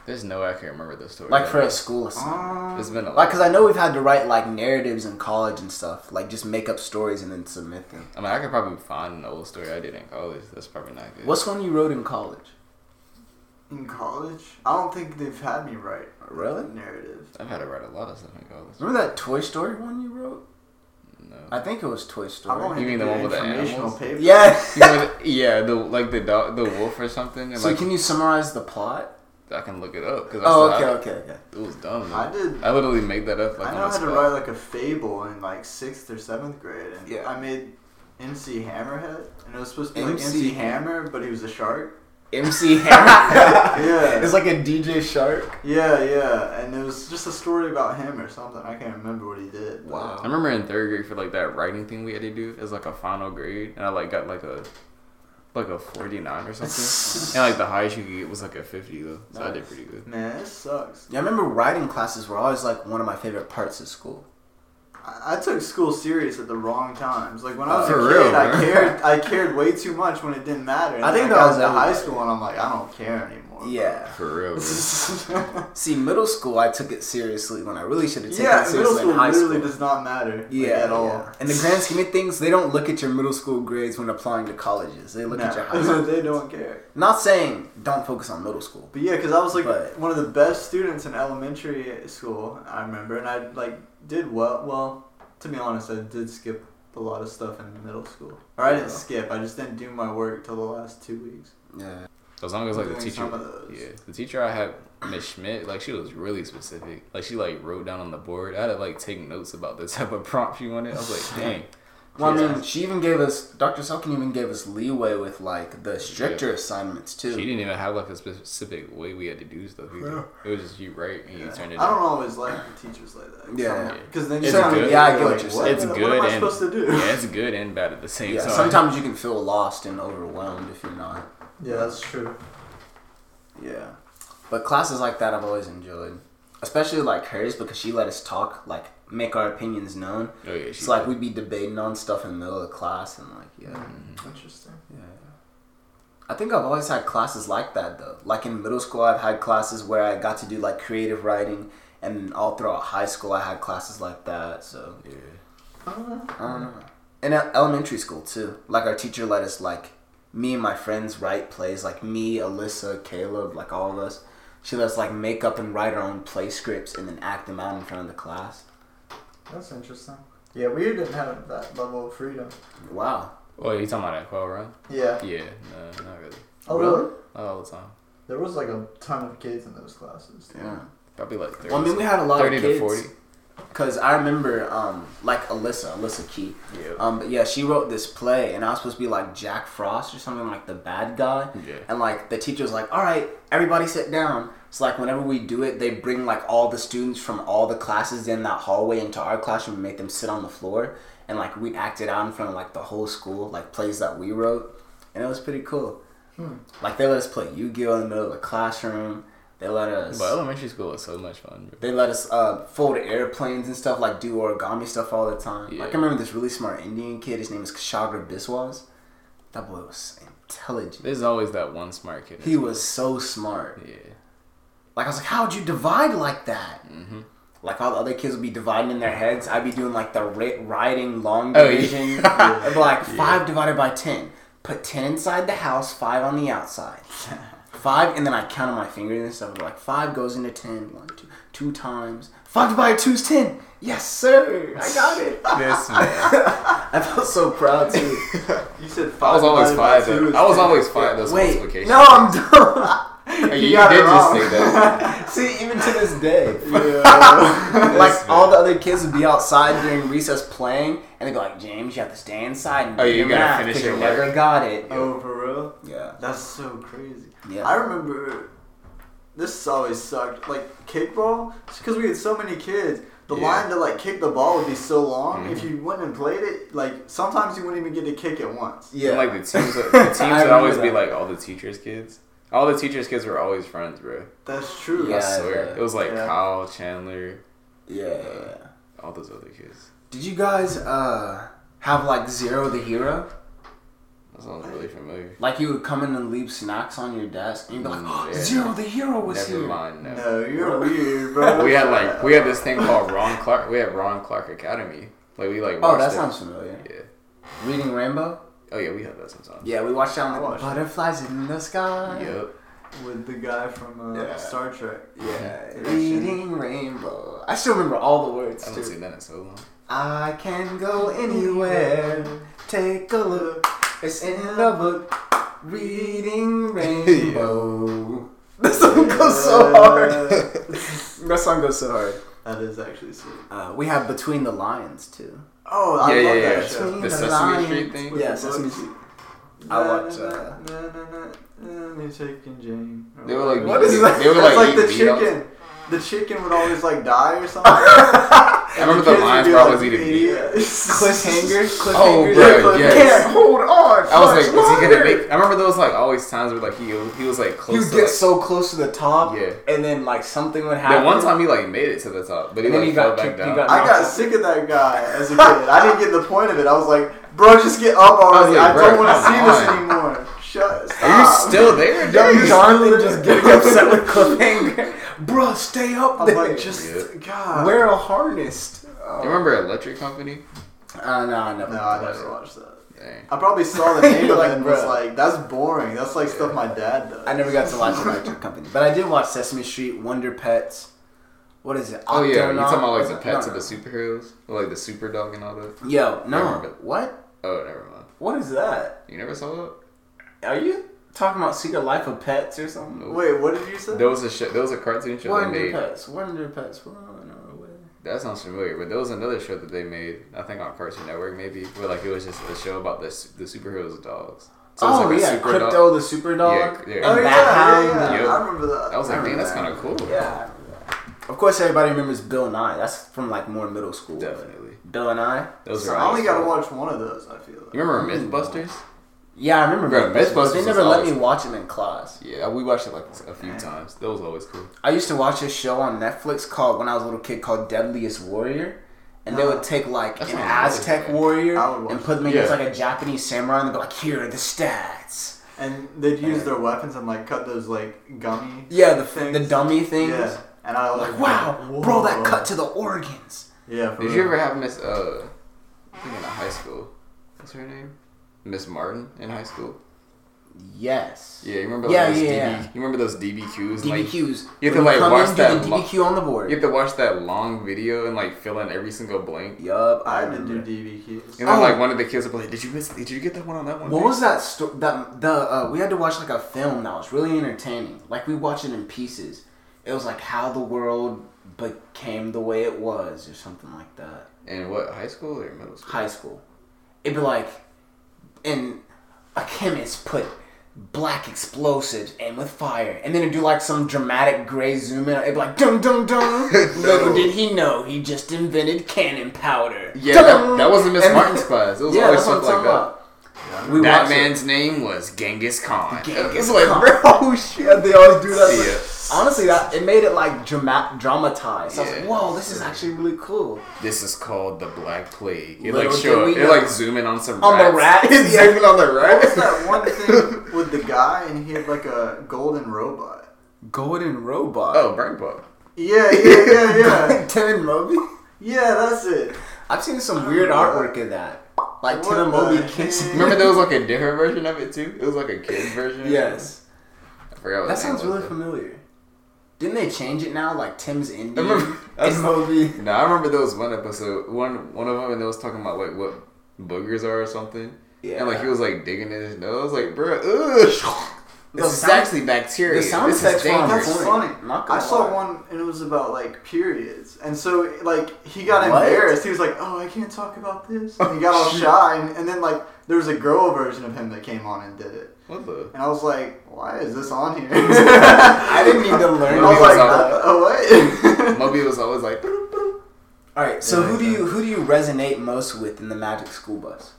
[SPEAKER 1] There's no way I can remember this story.
[SPEAKER 3] Like for a school assignment.
[SPEAKER 2] Um,
[SPEAKER 1] it's been a
[SPEAKER 3] Like,
[SPEAKER 1] lot.
[SPEAKER 3] cause I know we've had to write like narratives in college and stuff. Like, just make up stories and then submit them.
[SPEAKER 1] I mean, I could probably find an old story I did in college. That's probably not good.
[SPEAKER 3] What's one you wrote in college?
[SPEAKER 2] in college, I don't think they've had me write
[SPEAKER 3] Really?
[SPEAKER 2] narrative.
[SPEAKER 1] I've had to write a lot of stuff in college.
[SPEAKER 3] Remember that Toy Story one you wrote?
[SPEAKER 1] No. [laughs]
[SPEAKER 3] I think it was
[SPEAKER 2] I
[SPEAKER 3] Toy
[SPEAKER 2] want
[SPEAKER 3] Story.
[SPEAKER 2] him
[SPEAKER 1] You mean the
[SPEAKER 2] to do
[SPEAKER 1] one with the
[SPEAKER 2] informational
[SPEAKER 1] animals?
[SPEAKER 2] paper.
[SPEAKER 3] [laughs] Yeah.
[SPEAKER 1] You know, the- yeah, the like the dog, the wolf or something. And
[SPEAKER 3] [laughs] So,
[SPEAKER 1] like,
[SPEAKER 3] can you summarize the plot?
[SPEAKER 1] I can look it up because
[SPEAKER 3] Oh, okay, okay, okay.
[SPEAKER 1] it was dumb.
[SPEAKER 2] I did.
[SPEAKER 1] I literally made that up. Like,
[SPEAKER 2] I
[SPEAKER 1] on
[SPEAKER 2] know
[SPEAKER 1] the
[SPEAKER 2] how to
[SPEAKER 1] spot.
[SPEAKER 2] write like a fable in like sixth or seventh grade, and
[SPEAKER 3] Yeah.
[SPEAKER 2] I made MC Hammerhead, and it was supposed to be like
[SPEAKER 3] MC
[SPEAKER 2] MC Hammer, but he was a shark.
[SPEAKER 1] [laughs]
[SPEAKER 3] MC Hammer.
[SPEAKER 2] Yeah,
[SPEAKER 3] it's like a DJ Shark.
[SPEAKER 2] yeah, yeah, and it was just a story about him or something. I can't remember what he did. but-
[SPEAKER 1] I remember in third grade for like that writing thing we had to do as like a final grade, and I like got like a like a forty nine or
[SPEAKER 3] [laughs]
[SPEAKER 1] something, and like the highest you could get was like a fifty though, so I did
[SPEAKER 3] Nice.
[SPEAKER 1] pretty good.
[SPEAKER 2] Man, it sucks.
[SPEAKER 3] Yeah, I remember writing classes were always like one of my favorite parts of school.
[SPEAKER 2] I, I took school serious at the wrong times. Like when I was a
[SPEAKER 1] For
[SPEAKER 2] kid,
[SPEAKER 1] real,
[SPEAKER 2] I
[SPEAKER 1] bro. [laughs]
[SPEAKER 2] cared. I cared way too much when it didn't matter. And
[SPEAKER 3] I
[SPEAKER 2] then
[SPEAKER 3] think
[SPEAKER 2] got
[SPEAKER 3] that was
[SPEAKER 2] to high
[SPEAKER 3] everybody.
[SPEAKER 2] school, and I'm like, I don't care anymore. [laughs]
[SPEAKER 1] [laughs]
[SPEAKER 3] Yeah.
[SPEAKER 1] For real, bro.
[SPEAKER 3] See, middle school I took it seriously when I really should have taken
[SPEAKER 2] Yeah,
[SPEAKER 3] it
[SPEAKER 2] middle
[SPEAKER 3] seriously
[SPEAKER 2] school
[SPEAKER 3] in high
[SPEAKER 2] literally
[SPEAKER 3] school.
[SPEAKER 2] does not matter. like,
[SPEAKER 3] yeah,
[SPEAKER 2] at all.
[SPEAKER 3] yeah. In the grand scheme of things, they don't look at your middle school grades when applying to colleges. They look at
[SPEAKER 2] [laughs]
[SPEAKER 3] your high
[SPEAKER 2] No,
[SPEAKER 3] school.
[SPEAKER 2] they don't care.
[SPEAKER 3] Not saying don't focus on middle school.
[SPEAKER 2] But yeah, because I was like
[SPEAKER 3] But-
[SPEAKER 2] one of the best students in elementary school. I remember, and I like did well. Well, to be honest, I did skip a lot of stuff in middle school. Or I didn't
[SPEAKER 3] Yeah.
[SPEAKER 2] skip. I just didn't do my work till the last two weeks.
[SPEAKER 3] Yeah.
[SPEAKER 1] As long as like the
[SPEAKER 2] Doing
[SPEAKER 1] teacher,
[SPEAKER 2] some of those.
[SPEAKER 1] yeah, the teacher I had, Miss Schmidt, like she was really specific. Like she like wrote down on the board. I had to like take notes about the [laughs] type of prompt she wanted. I was like, dang.
[SPEAKER 3] Well, I
[SPEAKER 1] Yeah.
[SPEAKER 3] mean, she even gave us Dr. Selkin even gave us leeway with like the stricter assignments too.
[SPEAKER 1] She didn't even have like a specific way we had to do stuff. Either. It was just you write and you turn it.
[SPEAKER 2] I don't
[SPEAKER 1] in.
[SPEAKER 2] always like the teachers like that.
[SPEAKER 3] Yeah.
[SPEAKER 2] Because then
[SPEAKER 1] It's
[SPEAKER 2] you're like,
[SPEAKER 1] good.
[SPEAKER 3] Yeah, I get what
[SPEAKER 2] like,
[SPEAKER 3] you're
[SPEAKER 2] what,
[SPEAKER 3] saying.
[SPEAKER 1] It's
[SPEAKER 2] what
[SPEAKER 1] good
[SPEAKER 2] am I
[SPEAKER 1] and-
[SPEAKER 2] supposed to do?
[SPEAKER 1] Yeah, it's good and bad at the same
[SPEAKER 3] Yeah.
[SPEAKER 1] time.
[SPEAKER 3] Sometimes you can feel lost and overwhelmed if you're not.
[SPEAKER 2] [laughs] yeah, that's true.
[SPEAKER 3] Yeah. But classes like that I've always enjoyed. Especially like hers because she let us talk, like make our opinions known.
[SPEAKER 1] Oh yeah,
[SPEAKER 3] It's like we'd be debating on stuff in the middle of class and like yeah.
[SPEAKER 1] Mm.
[SPEAKER 2] Interesting.
[SPEAKER 3] Yeah. I think I've always had classes like that though. Like in middle school I've had classes where I got to do like creative writing and all throughout high school I had classes like that, so
[SPEAKER 1] yeah.
[SPEAKER 2] I don't know.
[SPEAKER 3] I don't know. Um, In el- elementary school too. Like our teacher let us like me and my friends write plays. Like me, Alyssa, Caleb, like all of us. She let us like make up and write our own play scripts and then act them out in front of the class.
[SPEAKER 2] That's interesting. Yeah, we didn't have that level of freedom.
[SPEAKER 3] Wow.
[SPEAKER 1] Well, Oh, you talking about Aqua Run?
[SPEAKER 2] Yeah.
[SPEAKER 1] Yeah, no, not really.
[SPEAKER 2] Although
[SPEAKER 1] Not all the time.
[SPEAKER 2] Oh, there was like a ton of kids in those classes.
[SPEAKER 3] Yeah.
[SPEAKER 1] Probably like thirty.
[SPEAKER 3] Well, I mean, we had a lot
[SPEAKER 1] thirty
[SPEAKER 3] of
[SPEAKER 1] to
[SPEAKER 3] kids.
[SPEAKER 1] forty.
[SPEAKER 3] because I remember um like Alyssa, Alyssa Key.
[SPEAKER 1] Yeah.
[SPEAKER 3] Um, but yeah, she wrote this play, and I was supposed to be like Jack Frost or something like the bad guy.
[SPEAKER 1] Yeah.
[SPEAKER 3] And like the teacher was like, "All right, everybody sit down." So like whenever we do it, they bring like all the students from all the classes in that hallway into our classroom and make them sit on the floor, and like we acted out in front of like the whole school, like plays that we wrote, and it was pretty cool. Like they let us play Yu Gi Oh in the middle of the classroom. They let us.
[SPEAKER 1] But elementary school was so much fun. Bro.
[SPEAKER 3] They let us uh, fold airplanes and stuff, like do origami stuff all the time. Like I
[SPEAKER 1] Yeah.
[SPEAKER 3] remember this really smart Indian kid. His name is Kshagra Biswas. That boy was intelligent.
[SPEAKER 1] There's always that one smart kid.
[SPEAKER 3] He was so smart.
[SPEAKER 1] yeah.
[SPEAKER 3] Like I was like, how'd you divide like that?
[SPEAKER 1] Mm-hmm.
[SPEAKER 3] Like all the other kids would be dividing in their heads. I'd be doing like the ri- riding long
[SPEAKER 1] Oh, yeah.
[SPEAKER 3] division,
[SPEAKER 1] [laughs]
[SPEAKER 3] It'd be like five divided by ten. Put ten inside the house, five on the outside. [laughs] Five, and then I count on my fingers and stuff. Like five goes into ten, one, two, two times. Five divided by two is ten. Yes, sir. I got it. [laughs]
[SPEAKER 1] This man.
[SPEAKER 3] I felt so proud too.
[SPEAKER 2] You said five.
[SPEAKER 1] I was always
[SPEAKER 2] divided
[SPEAKER 1] five.
[SPEAKER 2] by two
[SPEAKER 1] Though.
[SPEAKER 2] is
[SPEAKER 1] I was
[SPEAKER 2] ten. [laughs]
[SPEAKER 1] always five. Those
[SPEAKER 3] Wait,
[SPEAKER 1] multiplications.
[SPEAKER 3] no, I'm [laughs] done.
[SPEAKER 1] Hey, you,
[SPEAKER 2] got it
[SPEAKER 1] did just
[SPEAKER 2] wrong.
[SPEAKER 1] say that.
[SPEAKER 2] [laughs]
[SPEAKER 3] [laughs] See, even to this day,
[SPEAKER 2] Yeah.
[SPEAKER 3] [laughs] like all the other kids would be outside during recess playing, and they'd be like, "James, you have to stay inside and
[SPEAKER 1] Oh,
[SPEAKER 3] do
[SPEAKER 1] you
[SPEAKER 3] your
[SPEAKER 1] gotta
[SPEAKER 3] math
[SPEAKER 1] finish
[SPEAKER 3] 'cause
[SPEAKER 1] your
[SPEAKER 3] you
[SPEAKER 1] work."
[SPEAKER 3] never got it."
[SPEAKER 2] oh, for real?
[SPEAKER 3] Yeah.
[SPEAKER 2] That's so crazy.
[SPEAKER 3] Yeah.
[SPEAKER 2] I remember this always sucked. Like kickball, because we had so many kids. The
[SPEAKER 1] Yeah. Mm-hmm.
[SPEAKER 2] line to like kick the ball would be so long. If you went and played it, like sometimes you wouldn't even get to kick it once.
[SPEAKER 1] And, like the teams,
[SPEAKER 3] [laughs]
[SPEAKER 1] the teams
[SPEAKER 3] I
[SPEAKER 1] would always
[SPEAKER 3] remember
[SPEAKER 1] be
[SPEAKER 3] that.
[SPEAKER 1] like all the teachers' kids. All the teachers' kids were always friends, bro.
[SPEAKER 2] That's true.
[SPEAKER 1] I
[SPEAKER 3] Yeah,
[SPEAKER 1] swear.
[SPEAKER 3] yeah.
[SPEAKER 1] It was like
[SPEAKER 2] Yeah.
[SPEAKER 1] Kyle, Chandler,
[SPEAKER 3] Yeah, yeah, yeah.
[SPEAKER 1] all those other kids.
[SPEAKER 3] Did you guys uh have like Zero the Hero?
[SPEAKER 1] That sounds really familiar.
[SPEAKER 3] Like he would come in and leave snacks on your desk, and you'd be like,
[SPEAKER 1] Mm,
[SPEAKER 3] oh,
[SPEAKER 1] yeah.
[SPEAKER 3] Zero the Hero was
[SPEAKER 1] Never
[SPEAKER 3] here."
[SPEAKER 1] mind. No.
[SPEAKER 2] No, you're weird, bro.
[SPEAKER 1] We had like we had this thing called Ron Clark. We had Ron Clark Academy. Like we like.
[SPEAKER 3] Oh,
[SPEAKER 1] watched
[SPEAKER 3] that
[SPEAKER 1] it.
[SPEAKER 3] sounds familiar.
[SPEAKER 1] Yeah.
[SPEAKER 3] Reading Rainbow.
[SPEAKER 1] Oh yeah, we had that sometimes.
[SPEAKER 3] Yeah, we watched that on
[SPEAKER 2] I
[SPEAKER 3] like
[SPEAKER 2] watched it.
[SPEAKER 3] butterflies in the sky.
[SPEAKER 1] Yep.
[SPEAKER 2] with the guy from uh,
[SPEAKER 3] Yeah.
[SPEAKER 2] Star Trek.
[SPEAKER 3] [laughs] Yeah,
[SPEAKER 2] Yeah.
[SPEAKER 3] reading rainbow. I still remember all the words
[SPEAKER 1] I haven't
[SPEAKER 3] too.
[SPEAKER 1] seen that in so
[SPEAKER 3] [laughs]
[SPEAKER 1] long.
[SPEAKER 3] I can go anywhere. Take a look. It's in the book. [laughs] Reading rainbow. That song goes so hard. [laughs] That song goes so hard.
[SPEAKER 2] [laughs] that is actually sweet.
[SPEAKER 3] Uh, we have Between the Lions too.
[SPEAKER 2] Oh, I
[SPEAKER 1] yeah,
[SPEAKER 2] love
[SPEAKER 1] yeah,
[SPEAKER 2] that
[SPEAKER 1] yeah.
[SPEAKER 2] show.
[SPEAKER 1] The
[SPEAKER 3] The
[SPEAKER 1] Sesame
[SPEAKER 3] Lion.
[SPEAKER 1] Street thing.
[SPEAKER 3] Yeah,
[SPEAKER 2] the
[SPEAKER 3] Sesame
[SPEAKER 2] books.
[SPEAKER 3] Street. I watch, uh,
[SPEAKER 2] Na, na, na, na, na, taking Jane.
[SPEAKER 1] They were like-
[SPEAKER 2] What is
[SPEAKER 1] they-
[SPEAKER 2] that?
[SPEAKER 1] they were
[SPEAKER 2] That's
[SPEAKER 1] like
[SPEAKER 2] like the
[SPEAKER 1] eating beat ups.
[SPEAKER 2] chicken. The chicken would always like die or
[SPEAKER 3] [laughs]
[SPEAKER 2] something. I
[SPEAKER 1] remember the lions were always eating meat.
[SPEAKER 2] [laughs]
[SPEAKER 3] Cliffhanger. Cliffhanger.
[SPEAKER 1] Oh, bro, yes.
[SPEAKER 3] Can't hold on.
[SPEAKER 1] I was like,
[SPEAKER 3] much
[SPEAKER 1] was he gonna
[SPEAKER 3] longer.
[SPEAKER 1] make? I remember there was like always times where like he he was like
[SPEAKER 3] You
[SPEAKER 1] close. to,
[SPEAKER 3] get
[SPEAKER 1] like-
[SPEAKER 3] so close to the top,
[SPEAKER 1] Yeah.
[SPEAKER 3] and then like something would happen.
[SPEAKER 1] That one time he like made it to the top, but he
[SPEAKER 3] And then
[SPEAKER 1] like
[SPEAKER 3] he
[SPEAKER 1] fell
[SPEAKER 3] got
[SPEAKER 1] back
[SPEAKER 3] kicked- he
[SPEAKER 1] down.
[SPEAKER 3] got-
[SPEAKER 2] I got sick of that guy as a kid. I didn't get the point of it. I was like, bro, just get up already.
[SPEAKER 1] like,
[SPEAKER 2] I,
[SPEAKER 1] bro,
[SPEAKER 2] don't want to
[SPEAKER 1] come
[SPEAKER 2] see this
[SPEAKER 1] on."
[SPEAKER 2] anymore. Shut.
[SPEAKER 1] Are you
[SPEAKER 3] Ah!
[SPEAKER 2] Stop.
[SPEAKER 1] still
[SPEAKER 3] [laughs]
[SPEAKER 1] [laughs] there?
[SPEAKER 3] Young
[SPEAKER 1] dude? [laughs]
[SPEAKER 3] Jonathan just getting upset with cliffhanger. [laughs] Bruh, stay up
[SPEAKER 2] I'm
[SPEAKER 3] there.
[SPEAKER 2] like, just God.
[SPEAKER 3] wear a harness.
[SPEAKER 1] Uh,
[SPEAKER 3] Oh.
[SPEAKER 1] You remember Electric Company?
[SPEAKER 3] Uh, no, I never.
[SPEAKER 2] No, I never watched that.
[SPEAKER 1] Dang.
[SPEAKER 2] I probably saw
[SPEAKER 1] [laughs]
[SPEAKER 2] the name of
[SPEAKER 3] Like,
[SPEAKER 2] it and was
[SPEAKER 3] bruh.
[SPEAKER 2] like, that's boring. That's like stuff my dad does.
[SPEAKER 3] I never got to watch Electric Company, but I did watch Sesame Street, Wonder Pets. What is it?
[SPEAKER 1] Oh yeah, you
[SPEAKER 3] Octonaut?
[SPEAKER 1] talking about like the
[SPEAKER 3] No,
[SPEAKER 1] pets of
[SPEAKER 3] no.
[SPEAKER 1] the superheroes, like the super dog and all that?
[SPEAKER 3] Yo,
[SPEAKER 1] Never
[SPEAKER 3] no.
[SPEAKER 1] been.
[SPEAKER 3] What?
[SPEAKER 1] Oh, never mind.
[SPEAKER 3] What is that?
[SPEAKER 1] You never saw that?
[SPEAKER 3] Are you talking about Secret Life of Pets or
[SPEAKER 2] [laughs]
[SPEAKER 3] something?
[SPEAKER 2] Wait, what did you say?
[SPEAKER 1] There was a show, there was a cartoon show they
[SPEAKER 3] Wonder
[SPEAKER 1] made.
[SPEAKER 3] Pets. Wonder Pets. Run away.
[SPEAKER 1] That sounds familiar, but there was another show that they made, I think on Cartoon Network maybe, where like it was just a show about the su- the superheroes' dogs. So it was,
[SPEAKER 3] oh
[SPEAKER 1] like, a
[SPEAKER 3] yeah,
[SPEAKER 1] super
[SPEAKER 3] Crypto
[SPEAKER 1] dog-
[SPEAKER 3] the Super Dog.
[SPEAKER 1] Yeah, yeah.
[SPEAKER 3] And
[SPEAKER 2] Oh yeah,
[SPEAKER 3] Bat Hound.
[SPEAKER 2] yeah, yeah.
[SPEAKER 1] Yep.
[SPEAKER 2] I remember that.
[SPEAKER 1] I was like,
[SPEAKER 3] I
[SPEAKER 1] man, that's kind of
[SPEAKER 3] remember
[SPEAKER 1] cool.
[SPEAKER 3] Yeah. Of course, everybody remembers Bill Nye. That's from like more middle school.
[SPEAKER 1] Definitely.
[SPEAKER 3] Bill and I.
[SPEAKER 1] Those
[SPEAKER 2] So
[SPEAKER 1] are.
[SPEAKER 2] I only
[SPEAKER 1] awesome.
[SPEAKER 2] gotta watch one of those. I feel. Like.
[SPEAKER 1] You remember
[SPEAKER 3] Mm.
[SPEAKER 1] MythBusters?
[SPEAKER 3] Yeah, I remember.
[SPEAKER 1] Bro,
[SPEAKER 3] Mythbusters, but
[SPEAKER 1] Mythbusters
[SPEAKER 3] They
[SPEAKER 1] is
[SPEAKER 3] never let me
[SPEAKER 1] awesome.
[SPEAKER 3] watch it in class.
[SPEAKER 1] Yeah, we watched it like a few times. That was always cool.
[SPEAKER 3] I used to watch this show on Netflix called when I was a little kid called Deadliest Warrior. And they would take like
[SPEAKER 1] That's
[SPEAKER 3] an
[SPEAKER 1] not really
[SPEAKER 3] Aztec
[SPEAKER 1] bad.
[SPEAKER 3] warrior
[SPEAKER 2] I would watch
[SPEAKER 3] and put them
[SPEAKER 1] it.
[SPEAKER 3] against
[SPEAKER 1] Yeah.
[SPEAKER 3] like a Japanese samurai and they'd be like, here are the stats.
[SPEAKER 2] And they'd use their weapons and like cut those like gummy.
[SPEAKER 3] Yeah, the
[SPEAKER 2] Things.
[SPEAKER 3] the dummy things.
[SPEAKER 2] Yeah. And I was like,
[SPEAKER 3] Like, wow, bro,
[SPEAKER 2] whoa.
[SPEAKER 3] that cut to the organs.
[SPEAKER 2] Yeah.
[SPEAKER 3] Oh,
[SPEAKER 2] For
[SPEAKER 1] Did
[SPEAKER 2] real.
[SPEAKER 1] you ever have Miss uh I think in high school. What's her name? Miss Martin in high school?
[SPEAKER 3] Yes.
[SPEAKER 1] Yeah, you remember like,
[SPEAKER 3] Yeah,
[SPEAKER 1] those
[SPEAKER 3] yeah,
[SPEAKER 1] DB,
[SPEAKER 3] yeah.
[SPEAKER 1] You remember those DBQs? Like,
[SPEAKER 3] DBQs.
[SPEAKER 1] you have to
[SPEAKER 3] When
[SPEAKER 1] like
[SPEAKER 3] come
[SPEAKER 1] watch
[SPEAKER 3] in, do
[SPEAKER 1] that
[SPEAKER 3] the
[SPEAKER 1] lo-
[SPEAKER 3] DBQ on the board.
[SPEAKER 1] you have to watch that long video and like fill in every single blank.
[SPEAKER 3] Yup,
[SPEAKER 2] I had to
[SPEAKER 3] remember.
[SPEAKER 2] do DBQs.
[SPEAKER 1] And then
[SPEAKER 3] Oh.
[SPEAKER 1] like one of the kids would be like, Did you miss did you get that one on that one?
[SPEAKER 3] What was that? Sto- that the uh, we had to watch like a film that was really entertaining. Like we watched it in pieces. It was like how the world became the way it was or something like that.
[SPEAKER 1] In what high school or middle school?
[SPEAKER 3] High school. It'd be like, and a chemist put black explosives in with fire, and then it'd do like some dramatic gray zoom in. It'd be like dum
[SPEAKER 1] [laughs]
[SPEAKER 3] dum dum. Little did he know he just invented cannon powder.
[SPEAKER 1] Yeah, that,
[SPEAKER 3] Dum.
[SPEAKER 1] that wasn't Miss
[SPEAKER 3] And- [laughs]
[SPEAKER 1] Martin's class. It was
[SPEAKER 3] yeah,
[SPEAKER 1] always
[SPEAKER 3] that's what I'm
[SPEAKER 1] stuff like
[SPEAKER 3] talking
[SPEAKER 1] that.
[SPEAKER 3] about. We
[SPEAKER 1] that
[SPEAKER 3] watched it.
[SPEAKER 1] man's name was Genghis Khan. [laughs]
[SPEAKER 3] Genghis
[SPEAKER 1] It's like,
[SPEAKER 3] Khan.
[SPEAKER 1] bro,
[SPEAKER 3] [laughs] Oh shit! They always do that.
[SPEAKER 1] See
[SPEAKER 3] like- honestly, that it made it like drama- dramatized. I was like,
[SPEAKER 1] Yeah.
[SPEAKER 3] "Whoa, this is actually really cool."
[SPEAKER 1] this is called the Black Plague. It like
[SPEAKER 3] Little did
[SPEAKER 1] show,
[SPEAKER 3] we
[SPEAKER 1] it
[SPEAKER 3] know.
[SPEAKER 1] like zoom in on some
[SPEAKER 3] On
[SPEAKER 1] rats. [laughs]
[SPEAKER 3] the rats,
[SPEAKER 1] It's
[SPEAKER 3] yeah.
[SPEAKER 1] zooming on the
[SPEAKER 2] What was
[SPEAKER 1] rats.
[SPEAKER 2] that
[SPEAKER 3] [laughs]
[SPEAKER 2] one thing with the guy and he had like a golden robot?
[SPEAKER 3] Golden
[SPEAKER 1] [laughs]
[SPEAKER 3] robot. [laughs]
[SPEAKER 1] Oh, Brain Pop.
[SPEAKER 2] Yeah, yeah, yeah, yeah.
[SPEAKER 3] Tim Moby.
[SPEAKER 2] yeah, that's
[SPEAKER 3] [laughs]
[SPEAKER 2] it.
[SPEAKER 3] I've seen some weird artwork of that, like
[SPEAKER 2] Oh. What
[SPEAKER 3] Tim Moby
[SPEAKER 2] the
[SPEAKER 3] kissing.
[SPEAKER 2] heck?
[SPEAKER 1] Remember
[SPEAKER 2] [laughs]
[SPEAKER 1] there was like a different version of it too. It was like a kid's version.
[SPEAKER 3] Yes,
[SPEAKER 1] I forgot what
[SPEAKER 3] that
[SPEAKER 1] the
[SPEAKER 3] sounds
[SPEAKER 1] name was,
[SPEAKER 3] really
[SPEAKER 1] though.
[SPEAKER 3] familiar. Didn't they change it now? Like Tim's Indian
[SPEAKER 1] remember- that's-
[SPEAKER 3] [laughs] and Moby.
[SPEAKER 1] No, I remember there was one episode, one one of them, and they was talking about like what boogers are or something.
[SPEAKER 3] Yeah.
[SPEAKER 1] And like he was like digging in his nose, like bro, ugh. [laughs]
[SPEAKER 3] The
[SPEAKER 1] This is
[SPEAKER 3] sound-
[SPEAKER 1] actually bacteria.
[SPEAKER 3] the sound
[SPEAKER 1] this is
[SPEAKER 3] effects were on
[SPEAKER 1] dangerous.
[SPEAKER 2] That's
[SPEAKER 3] Point.
[SPEAKER 2] funny.
[SPEAKER 3] Not
[SPEAKER 2] I
[SPEAKER 3] gonna
[SPEAKER 2] saw
[SPEAKER 3] lie.
[SPEAKER 2] one and it was about like periods, and so like he got
[SPEAKER 3] What?
[SPEAKER 2] embarrassed. He was like, "Oh, I can't talk about this," and he got all shy. And, and then like there was a girl version of him that came on and did it,
[SPEAKER 1] What the?
[SPEAKER 2] and I was like, "Why is this on here?" I
[SPEAKER 3] [laughs] I
[SPEAKER 2] [laughs]
[SPEAKER 3] didn't need to
[SPEAKER 2] I
[SPEAKER 3] learn.
[SPEAKER 1] Moby
[SPEAKER 2] was
[SPEAKER 1] was
[SPEAKER 2] like,
[SPEAKER 3] about
[SPEAKER 1] on
[SPEAKER 3] that.
[SPEAKER 1] it.
[SPEAKER 2] "Oh, what?"
[SPEAKER 3] [laughs]
[SPEAKER 1] Moby was always like, "Broop, broop."
[SPEAKER 3] All right. So
[SPEAKER 2] Yeah,
[SPEAKER 3] who do
[SPEAKER 2] yeah.
[SPEAKER 3] you who do you resonate most with in the Magic School Bus?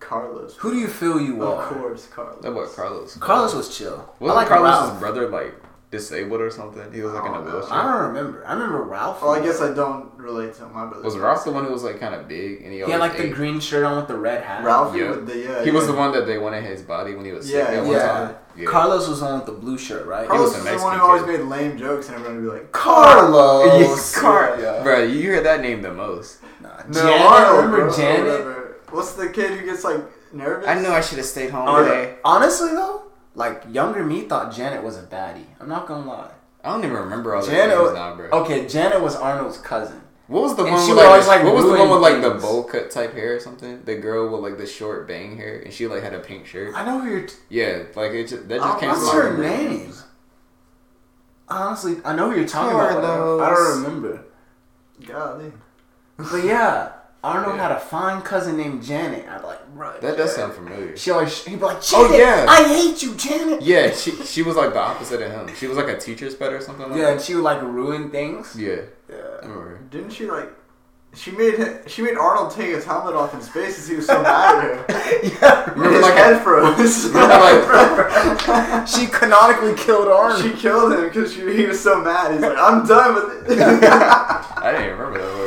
[SPEAKER 2] Carlos.
[SPEAKER 3] Who do you feel you
[SPEAKER 2] Of
[SPEAKER 3] are?
[SPEAKER 2] course, Carlos.
[SPEAKER 1] that boy Carlos.
[SPEAKER 3] Carlos was chill.
[SPEAKER 1] Wasn't
[SPEAKER 3] I like
[SPEAKER 1] Carlos's
[SPEAKER 3] Ralph.
[SPEAKER 1] brother like disabled or something? He was like in a
[SPEAKER 2] I don't know.
[SPEAKER 1] wheelchair.
[SPEAKER 3] I don't remember. I remember Ralph.
[SPEAKER 2] Well, Oh, I guess I don't relate to my brother.
[SPEAKER 1] Was Ralph the one who was like kind of big and he
[SPEAKER 3] he
[SPEAKER 1] always
[SPEAKER 3] had like the
[SPEAKER 1] ate?
[SPEAKER 3] green shirt on with the red hat.
[SPEAKER 2] Ralphie
[SPEAKER 1] Yeah.
[SPEAKER 2] with the yeah.
[SPEAKER 1] He was the
[SPEAKER 2] yeah.
[SPEAKER 1] one that they went in his body when he was
[SPEAKER 2] Yeah,
[SPEAKER 1] sick that one
[SPEAKER 3] yeah.
[SPEAKER 1] time. Yeah.
[SPEAKER 3] Carlos was on with the blue shirt, right?
[SPEAKER 1] He
[SPEAKER 2] Carlos
[SPEAKER 1] was a
[SPEAKER 2] is the
[SPEAKER 1] Mexican
[SPEAKER 2] one who always
[SPEAKER 1] kid.
[SPEAKER 2] made lame jokes, and everyone would be like,
[SPEAKER 3] Carlos.
[SPEAKER 1] Yes, Car-
[SPEAKER 3] Yeah.
[SPEAKER 1] Bro, you hear that name the most.
[SPEAKER 3] Nah,
[SPEAKER 2] "No,
[SPEAKER 3] Janet,
[SPEAKER 2] Arnold,
[SPEAKER 3] remember
[SPEAKER 2] bro,
[SPEAKER 3] Janet?
[SPEAKER 2] whatever." What's the kid who gets like nervous?
[SPEAKER 1] I know I should have stayed home
[SPEAKER 2] Oh, yeah.
[SPEAKER 1] today.
[SPEAKER 3] Honestly though, like younger me thought Janet was a baddie. I'm not gonna lie.
[SPEAKER 1] I don't even remember all the
[SPEAKER 3] Janet.
[SPEAKER 1] names now, bro.
[SPEAKER 3] Okay, Janet was Arnold's cousin.
[SPEAKER 1] What was the
[SPEAKER 3] oh, And
[SPEAKER 1] one?
[SPEAKER 3] she
[SPEAKER 1] with,
[SPEAKER 3] would
[SPEAKER 1] like,
[SPEAKER 3] always,
[SPEAKER 1] the-
[SPEAKER 3] like,
[SPEAKER 1] What was the
[SPEAKER 3] ruin
[SPEAKER 1] one with like the
[SPEAKER 3] things.
[SPEAKER 1] bowl cut type hair or something? The girl with like the short bang hair, and she like had a pink shirt.
[SPEAKER 3] I know who you're. T-
[SPEAKER 1] Yeah, like it. Just, that
[SPEAKER 2] Oh,
[SPEAKER 1] just came.
[SPEAKER 2] what's
[SPEAKER 1] from
[SPEAKER 3] What's
[SPEAKER 1] my
[SPEAKER 3] her
[SPEAKER 1] memory.
[SPEAKER 3] name? Honestly, I know who you're talking about.
[SPEAKER 1] Carlos.
[SPEAKER 3] but I don't remember.
[SPEAKER 2] Golly.
[SPEAKER 3] But yeah, Arnold
[SPEAKER 1] Yeah.
[SPEAKER 3] had a fine cousin named Janet. I'm like, bro.
[SPEAKER 1] That does sound familiar.
[SPEAKER 3] She always he'd be like,
[SPEAKER 1] Oh,
[SPEAKER 3] Janet,
[SPEAKER 1] yeah.
[SPEAKER 3] I hate you, Janet.
[SPEAKER 1] Yeah, she she was like the opposite of him. She was like a teacher's pet or something. Like
[SPEAKER 3] Yeah, and
[SPEAKER 1] that.
[SPEAKER 3] she would like ruin things.
[SPEAKER 1] yeah. I
[SPEAKER 3] Yeah.
[SPEAKER 1] remember. her.
[SPEAKER 2] Didn't she like? She made hi- she made Arnold take his helmet off in space because he was so mad
[SPEAKER 1] [laughs]
[SPEAKER 2] at her.
[SPEAKER 3] yeah.
[SPEAKER 1] Remember
[SPEAKER 2] his
[SPEAKER 1] like
[SPEAKER 2] head
[SPEAKER 1] a-
[SPEAKER 2] froze.
[SPEAKER 1] [laughs]
[SPEAKER 2] [laughs]
[SPEAKER 3] [laughs]
[SPEAKER 1] Remember,
[SPEAKER 3] [laughs] she canonically killed Arnold.
[SPEAKER 2] she killed him because he was so mad. He's like, I'm done
[SPEAKER 1] [laughs]
[SPEAKER 2] with it. [laughs]
[SPEAKER 1] I didn't remember that.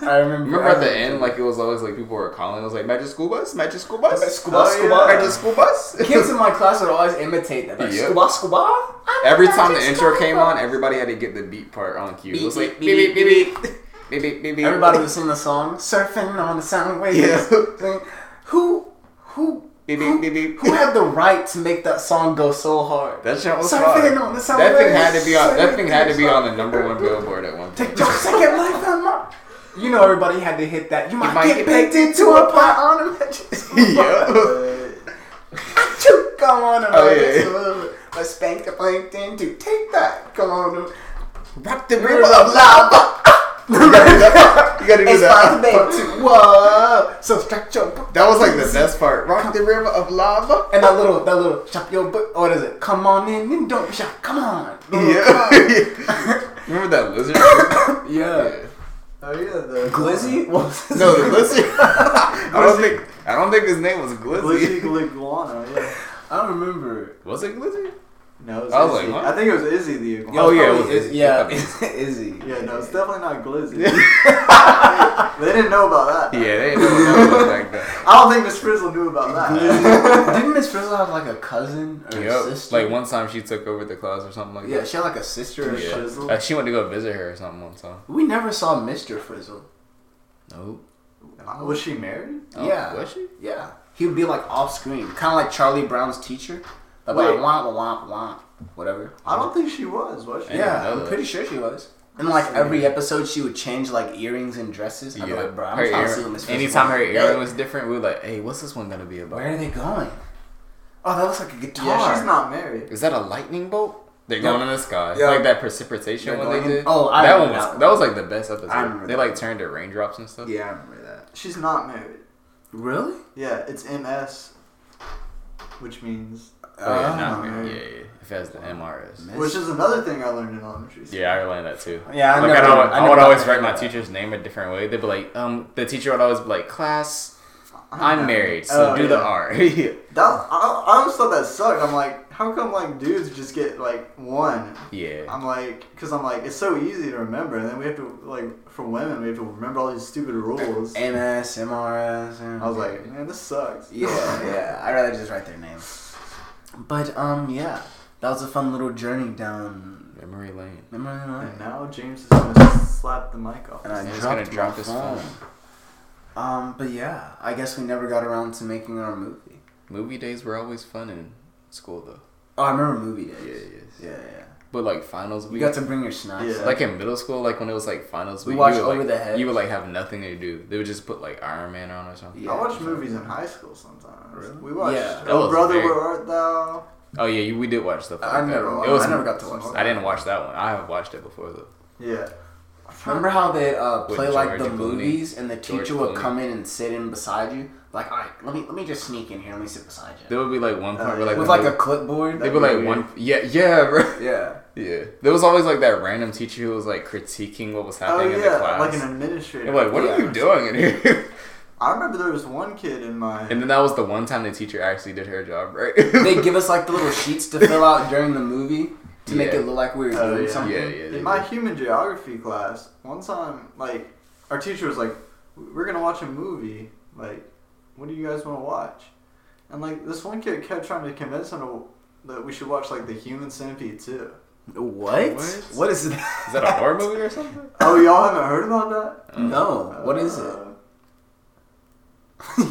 [SPEAKER 1] Word.
[SPEAKER 3] I remember.
[SPEAKER 1] Remember at the end, like it was always like people were calling. It was like magic school bus, magic school bus,
[SPEAKER 3] Scuba,
[SPEAKER 2] Oh,
[SPEAKER 3] scuba.
[SPEAKER 2] yeah.
[SPEAKER 1] [laughs] magic school bus.
[SPEAKER 3] [laughs] Kids in my class would always imitate that. Like,
[SPEAKER 1] Yeah.
[SPEAKER 3] Scuba, scuba.
[SPEAKER 1] [laughs]
[SPEAKER 3] I'm
[SPEAKER 1] Every
[SPEAKER 3] a
[SPEAKER 1] time the
[SPEAKER 3] magic
[SPEAKER 1] intro
[SPEAKER 3] scuba.
[SPEAKER 1] came on, everybody had to get the beat part on cue. It was
[SPEAKER 3] Beep,
[SPEAKER 1] like beep
[SPEAKER 3] beep,
[SPEAKER 1] beep
[SPEAKER 3] beep,
[SPEAKER 1] beep beep beep beep beep. beep.
[SPEAKER 3] everybody would sing the song "Surfing on the Sound Waves."
[SPEAKER 1] Yeah.
[SPEAKER 3] [laughs] Who, who,
[SPEAKER 1] Beep,
[SPEAKER 3] who,
[SPEAKER 1] beep, beep, beep.
[SPEAKER 3] who had the right to make that song go so
[SPEAKER 1] [laughs]
[SPEAKER 3] hard?
[SPEAKER 1] That shit was
[SPEAKER 3] Surfing
[SPEAKER 1] fire.
[SPEAKER 3] on the sound
[SPEAKER 1] That thing
[SPEAKER 3] waves.
[SPEAKER 1] had to be on. That thing had to be
[SPEAKER 3] Surfing
[SPEAKER 1] on the number one Billboard at one
[SPEAKER 3] Take
[SPEAKER 1] point.
[SPEAKER 3] [laughs] your second life out my. You know everybody had to hit that. You might,
[SPEAKER 1] might
[SPEAKER 3] get,
[SPEAKER 1] get
[SPEAKER 3] baked into a pie on a magic
[SPEAKER 1] [laughs] yeah.
[SPEAKER 3] Choo, come on,
[SPEAKER 1] Oh,
[SPEAKER 3] America.
[SPEAKER 1] yeah.
[SPEAKER 3] Oh, yeah. Let's spank the plankton to take that. Come on.
[SPEAKER 1] Rock the
[SPEAKER 3] River
[SPEAKER 1] river
[SPEAKER 3] of lava.
[SPEAKER 1] [laughs] You gotta do
[SPEAKER 3] It's
[SPEAKER 1] that.
[SPEAKER 3] about to bake to whoa. Subtract your book.
[SPEAKER 1] That was like the best part. Rock the river of lava.
[SPEAKER 3] And that little, that little, chop your book. What is it? Come on in and don't be shy. Come on.
[SPEAKER 1] Yeah. [laughs] Remember that lizard? dude?
[SPEAKER 3] Yeah.
[SPEAKER 1] Yeah.
[SPEAKER 2] oh yeah, the
[SPEAKER 3] Glizzy? [laughs] What was his
[SPEAKER 1] No, the
[SPEAKER 3] name?
[SPEAKER 1] lizard. [laughs] I don't think. I don't think his name was Glizzy.
[SPEAKER 2] Glizzy Gliguana. Yeah.
[SPEAKER 3] I don't remember.
[SPEAKER 1] Was it Glizzy?
[SPEAKER 2] No, it was
[SPEAKER 1] I was
[SPEAKER 2] Izzy.
[SPEAKER 1] like, what?
[SPEAKER 2] I think it was Izzy the iguana.
[SPEAKER 1] Oh, yeah, it was
[SPEAKER 3] Probably Iz-
[SPEAKER 1] Izzy.
[SPEAKER 3] yeah, [laughs] Izzy.
[SPEAKER 2] Yeah, no, it's definitely not Glizzy.
[SPEAKER 1] [laughs]
[SPEAKER 2] they didn't know about that.
[SPEAKER 1] Yeah, they didn't know it was like
[SPEAKER 3] [laughs]
[SPEAKER 1] that.
[SPEAKER 2] I don't think Miss Frizzle knew about that.
[SPEAKER 3] Didn't Miss Frizzle have like a cousin or a
[SPEAKER 1] Yep.
[SPEAKER 3] sister?
[SPEAKER 1] Like one time she took over the class or something like
[SPEAKER 3] Yeah,
[SPEAKER 1] that.
[SPEAKER 3] she had like a sister or
[SPEAKER 2] Yeah.
[SPEAKER 3] something.
[SPEAKER 2] Frizzle.
[SPEAKER 1] Like, she went to go visit her or something one time.
[SPEAKER 3] We never saw Mr. Frizzle.
[SPEAKER 1] Nope.
[SPEAKER 2] [laughs] Was she married?
[SPEAKER 1] Oh,
[SPEAKER 3] yeah.
[SPEAKER 1] Was she?
[SPEAKER 3] Yeah. He would be like off screen. Kind of like Charlie Brown's teacher. Like,
[SPEAKER 2] Wait.
[SPEAKER 3] womp, womp, womp, whatever.
[SPEAKER 2] I don't think she was, was she?
[SPEAKER 1] didn't
[SPEAKER 3] Yeah,
[SPEAKER 1] know
[SPEAKER 3] I'm
[SPEAKER 1] that.
[SPEAKER 3] pretty sure she was. And like every episode, she would change like earrings and dresses. I'd be like, bro, I'm
[SPEAKER 1] Her
[SPEAKER 3] trying
[SPEAKER 1] ear-
[SPEAKER 3] to see what Miss Frizzle
[SPEAKER 1] anytime her
[SPEAKER 3] wants.
[SPEAKER 1] earring was different, we were like, hey, what's this one gonna be about?
[SPEAKER 3] Where are they going? Oh, that looks like a guitar.
[SPEAKER 2] Yeah, she's not married.
[SPEAKER 1] Is that a lightning bolt? They're going in the sky.
[SPEAKER 3] Yeah.
[SPEAKER 1] Like that precipitation
[SPEAKER 3] They're
[SPEAKER 1] one they
[SPEAKER 3] going in-
[SPEAKER 1] did.
[SPEAKER 3] Oh, I
[SPEAKER 1] that one
[SPEAKER 3] remember
[SPEAKER 1] was
[SPEAKER 3] that
[SPEAKER 1] that,
[SPEAKER 3] one.
[SPEAKER 1] was like the best episode.
[SPEAKER 3] I remember
[SPEAKER 1] they
[SPEAKER 3] that
[SPEAKER 1] like turned to raindrops and stuff.
[SPEAKER 3] Yeah, I remember that.
[SPEAKER 2] She's not married.
[SPEAKER 3] Really?
[SPEAKER 2] Yeah, it's MS, which means
[SPEAKER 1] Oh, yeah,
[SPEAKER 3] Uh,
[SPEAKER 1] not married. Yeah, yeah. If it has the MRS.
[SPEAKER 3] Miss-
[SPEAKER 2] which is another thing I learned in elementary school.
[SPEAKER 1] Yeah, I learned that too.
[SPEAKER 3] Yeah, I
[SPEAKER 1] like,
[SPEAKER 3] never-
[SPEAKER 1] I, don't,
[SPEAKER 3] I
[SPEAKER 1] I,
[SPEAKER 3] never
[SPEAKER 1] would
[SPEAKER 3] got
[SPEAKER 1] always
[SPEAKER 3] to hear
[SPEAKER 1] write my
[SPEAKER 3] that.
[SPEAKER 1] teacher's name a different way. They'd be like, um, the teacher would always be like, class,
[SPEAKER 3] Uh-huh.
[SPEAKER 1] I'm married, so
[SPEAKER 2] Oh,
[SPEAKER 1] do
[SPEAKER 2] yeah.
[SPEAKER 1] the
[SPEAKER 3] [laughs]
[SPEAKER 1] R. yeah.
[SPEAKER 2] That I, I always thought that sucked. I'm like, how come like dudes just get like one?
[SPEAKER 1] Yeah.
[SPEAKER 2] I'm like, because I'm like, it's so easy to remember, and then we have to like for women we have to remember all these stupid rules.
[SPEAKER 3] MS, MRS.
[SPEAKER 2] I was like, man, this sucks.
[SPEAKER 3] yeah, yeah. I'd rather just write their name. But um, yeah, that was a fun little journey down
[SPEAKER 1] Memory lane.
[SPEAKER 3] memory
[SPEAKER 2] And
[SPEAKER 3] lane.
[SPEAKER 2] now James is gonna slap the mic off.
[SPEAKER 3] And I
[SPEAKER 1] He's
[SPEAKER 3] dropped
[SPEAKER 1] gonna drop
[SPEAKER 3] my
[SPEAKER 1] his
[SPEAKER 3] phone.
[SPEAKER 1] phone.
[SPEAKER 3] Um, but yeah, I guess we never got around to making our movie.
[SPEAKER 1] Movie days were always fun in school though.
[SPEAKER 3] Oh, I remember movie days.
[SPEAKER 1] Yeah, yes.
[SPEAKER 3] Yeah, yeah. yeah.
[SPEAKER 1] But like finals
[SPEAKER 3] You
[SPEAKER 1] week,
[SPEAKER 3] got to bring your snacks.
[SPEAKER 2] Yeah.
[SPEAKER 3] up.
[SPEAKER 1] like in middle school, like when it was like finals
[SPEAKER 3] We
[SPEAKER 1] week,
[SPEAKER 3] watched
[SPEAKER 1] you would,
[SPEAKER 3] Over
[SPEAKER 1] like,
[SPEAKER 3] the Hedge.
[SPEAKER 1] You would like have nothing to do. They would just put like Iron Man on or something.
[SPEAKER 3] Yeah.
[SPEAKER 2] I watched movies in high school sometimes.
[SPEAKER 3] Really?
[SPEAKER 2] We watched
[SPEAKER 3] Yeah.
[SPEAKER 1] That
[SPEAKER 2] Oh
[SPEAKER 1] was
[SPEAKER 2] Brother
[SPEAKER 1] big.
[SPEAKER 2] Where Art Thou?
[SPEAKER 1] Oh yeah, you, we did watch stuff. Like
[SPEAKER 3] I
[SPEAKER 1] that.
[SPEAKER 3] never,
[SPEAKER 1] It was.
[SPEAKER 3] I never got to watch
[SPEAKER 1] I
[SPEAKER 3] that.
[SPEAKER 1] didn't watch that one. I have watched it before though.
[SPEAKER 2] Yeah.
[SPEAKER 3] Remember how they uh,
[SPEAKER 1] With
[SPEAKER 3] play like the
[SPEAKER 1] George Clooney.
[SPEAKER 3] movies and the teacher
[SPEAKER 1] George
[SPEAKER 3] would
[SPEAKER 1] Clooney.
[SPEAKER 3] come in and sit in beside you? Like, all right, let me let me just sneak in here. Let me sit beside you.
[SPEAKER 1] There would be like one
[SPEAKER 2] Oh,
[SPEAKER 1] point
[SPEAKER 2] yeah.
[SPEAKER 1] where like
[SPEAKER 3] Uh, With
[SPEAKER 1] the
[SPEAKER 3] like
[SPEAKER 1] mo-
[SPEAKER 3] a clipboard.
[SPEAKER 1] they would like one yeah yeah [laughs] bro
[SPEAKER 3] Yeah.
[SPEAKER 1] yeah. There was always like that random teacher who was like critiquing what was
[SPEAKER 2] Oh
[SPEAKER 1] happening in the
[SPEAKER 2] yeah,
[SPEAKER 1] class.
[SPEAKER 2] like an administrator.
[SPEAKER 1] They're like, what are
[SPEAKER 3] Yeah.
[SPEAKER 1] you doing in here? [laughs]
[SPEAKER 2] I remember there was one kid in my.
[SPEAKER 1] and then that was the one time the teacher actually did her job right.
[SPEAKER 3] they
[SPEAKER 1] [laughs]
[SPEAKER 3] give us like the little sheets to fill out during the movie to make
[SPEAKER 1] Yeah.
[SPEAKER 3] it look like we were
[SPEAKER 2] Oh,
[SPEAKER 3] doing
[SPEAKER 2] yeah.
[SPEAKER 3] something.
[SPEAKER 1] Yeah, yeah. they
[SPEAKER 2] in my
[SPEAKER 1] did.
[SPEAKER 2] human geography class, one time, like, our teacher was like, "We're gonna watch a movie. Like, what do you guys want to watch?" And like, this one kid kept trying to convince him to, that we should watch like the Human Centipede too.
[SPEAKER 3] What?
[SPEAKER 1] What?
[SPEAKER 3] What is that?
[SPEAKER 1] Is that a horror movie Oh. or something?
[SPEAKER 2] Oh, y'all haven't heard about that?
[SPEAKER 3] [laughs] No. What is it? [laughs]
[SPEAKER 2] Uh,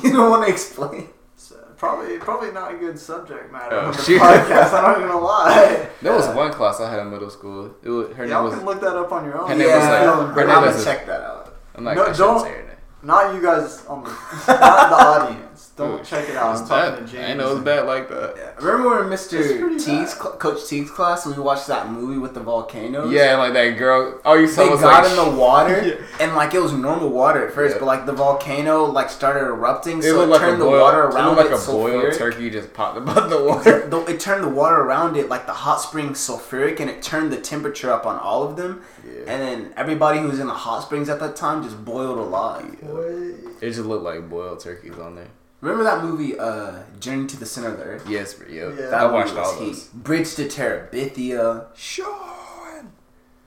[SPEAKER 3] you don't want to explain.
[SPEAKER 2] so- probably, probably not a good subject matter
[SPEAKER 1] Oh,
[SPEAKER 2] on the
[SPEAKER 1] [laughs] shoot.
[SPEAKER 2] podcast. I'm not gonna lie.
[SPEAKER 1] There was one class I had in middle school. It was, her
[SPEAKER 2] Y'all
[SPEAKER 1] name
[SPEAKER 2] can
[SPEAKER 1] was.
[SPEAKER 2] look that up on your own.
[SPEAKER 1] Her name was, uh, like,
[SPEAKER 2] Yeah.
[SPEAKER 1] her name
[SPEAKER 3] I'm
[SPEAKER 1] was-
[SPEAKER 3] gonna check that out.
[SPEAKER 1] I'm not
[SPEAKER 2] No,
[SPEAKER 1] I shouldn't
[SPEAKER 2] don't-
[SPEAKER 1] say her name.
[SPEAKER 2] Not you guys on the, not the audience. Don't
[SPEAKER 1] Ooh,
[SPEAKER 2] check it out.
[SPEAKER 1] It's
[SPEAKER 2] I'm
[SPEAKER 1] bad.
[SPEAKER 2] talking to James.
[SPEAKER 1] I know it's bad like that.
[SPEAKER 3] Yeah. Remember when we were in
[SPEAKER 2] It's
[SPEAKER 3] Mr.
[SPEAKER 2] pretty
[SPEAKER 3] Teague's,
[SPEAKER 2] bad.
[SPEAKER 3] cl- Coach Teague's class, and we watched that movie with the volcanoes?
[SPEAKER 1] Yeah, and like that girl. Oh, you saw
[SPEAKER 3] they
[SPEAKER 1] was
[SPEAKER 3] got
[SPEAKER 1] like,
[SPEAKER 3] in the water
[SPEAKER 1] [laughs] Yeah.
[SPEAKER 3] and like it was normal water at first,
[SPEAKER 1] Yeah.
[SPEAKER 3] but like the volcano like started erupting,
[SPEAKER 1] It
[SPEAKER 3] so it
[SPEAKER 1] looked like a
[SPEAKER 3] turned the
[SPEAKER 1] boiled-
[SPEAKER 3] water
[SPEAKER 1] it looked
[SPEAKER 3] around
[SPEAKER 1] like
[SPEAKER 3] it
[SPEAKER 1] a boiled
[SPEAKER 3] sulfuric.
[SPEAKER 1] turkey just popped [laughs] above the water.
[SPEAKER 3] Though it turned the water around it like the hot spring sulfuric, and it turned the temperature up on all of them.
[SPEAKER 1] Yeah.
[SPEAKER 3] And then everybody who was in the hot springs at that time just boiled alive.
[SPEAKER 2] What?
[SPEAKER 1] It just looked like boiled turkeys on there.
[SPEAKER 3] Remember that movie, uh, Journey to the Center of the Earth?
[SPEAKER 1] Yes, bro. Yo,
[SPEAKER 2] Yeah.
[SPEAKER 1] I
[SPEAKER 3] movie
[SPEAKER 1] watched
[SPEAKER 3] was
[SPEAKER 1] all
[SPEAKER 3] heat.
[SPEAKER 1] those.
[SPEAKER 3] Bridge to Terabithia.
[SPEAKER 1] Sean.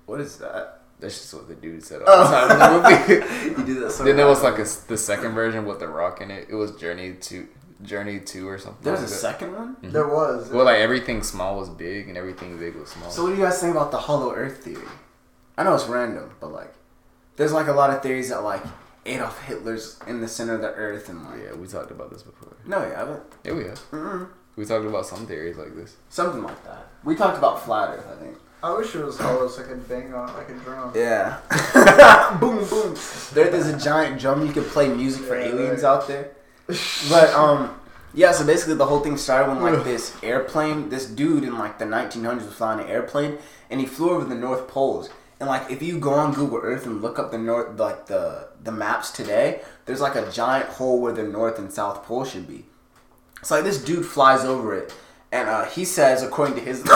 [SPEAKER 3] What is [laughs] that?
[SPEAKER 1] That's just what the dude said all the time in
[SPEAKER 3] [laughs]
[SPEAKER 1] the movie. [laughs]
[SPEAKER 3] You do that Oh. so.
[SPEAKER 1] then there
[SPEAKER 3] bad.
[SPEAKER 1] was like a s the second version with the rock in it. It was Journey to Journey Two or something.
[SPEAKER 3] There's a
[SPEAKER 1] like that.
[SPEAKER 3] second one.
[SPEAKER 2] There was.
[SPEAKER 1] Well, like everything small was big and everything big was small.
[SPEAKER 3] So what do you guys think about the hollow earth theory? I know it's random, but like there's like a lot of theories that like Adolf Hitler's in the center of the earth and like
[SPEAKER 1] yeah, we talked about this before.
[SPEAKER 3] No you haven't.
[SPEAKER 1] Yeah, we have.
[SPEAKER 3] Mm-mm.
[SPEAKER 1] We talked about some theories like this.
[SPEAKER 3] Something like that. We talked about flat earth, I think.
[SPEAKER 2] I wish it was hollow so I could bang on it like a drum.
[SPEAKER 3] Yeah. boom boom. [laughs] There there's a giant drum you could play music for
[SPEAKER 2] Yeah,
[SPEAKER 3] aliens
[SPEAKER 2] right.
[SPEAKER 3] out there. But um yeah, so basically the whole thing started when like this airplane, this dude in like the 1900s was flying an airplane, and he flew over the North Poles. And like if you go on Google Earth and look up the north, like the the maps today, there's like a giant hole where the North and South Pole should be. So like this dude flies over it, and uh, he says, according to his [coughs]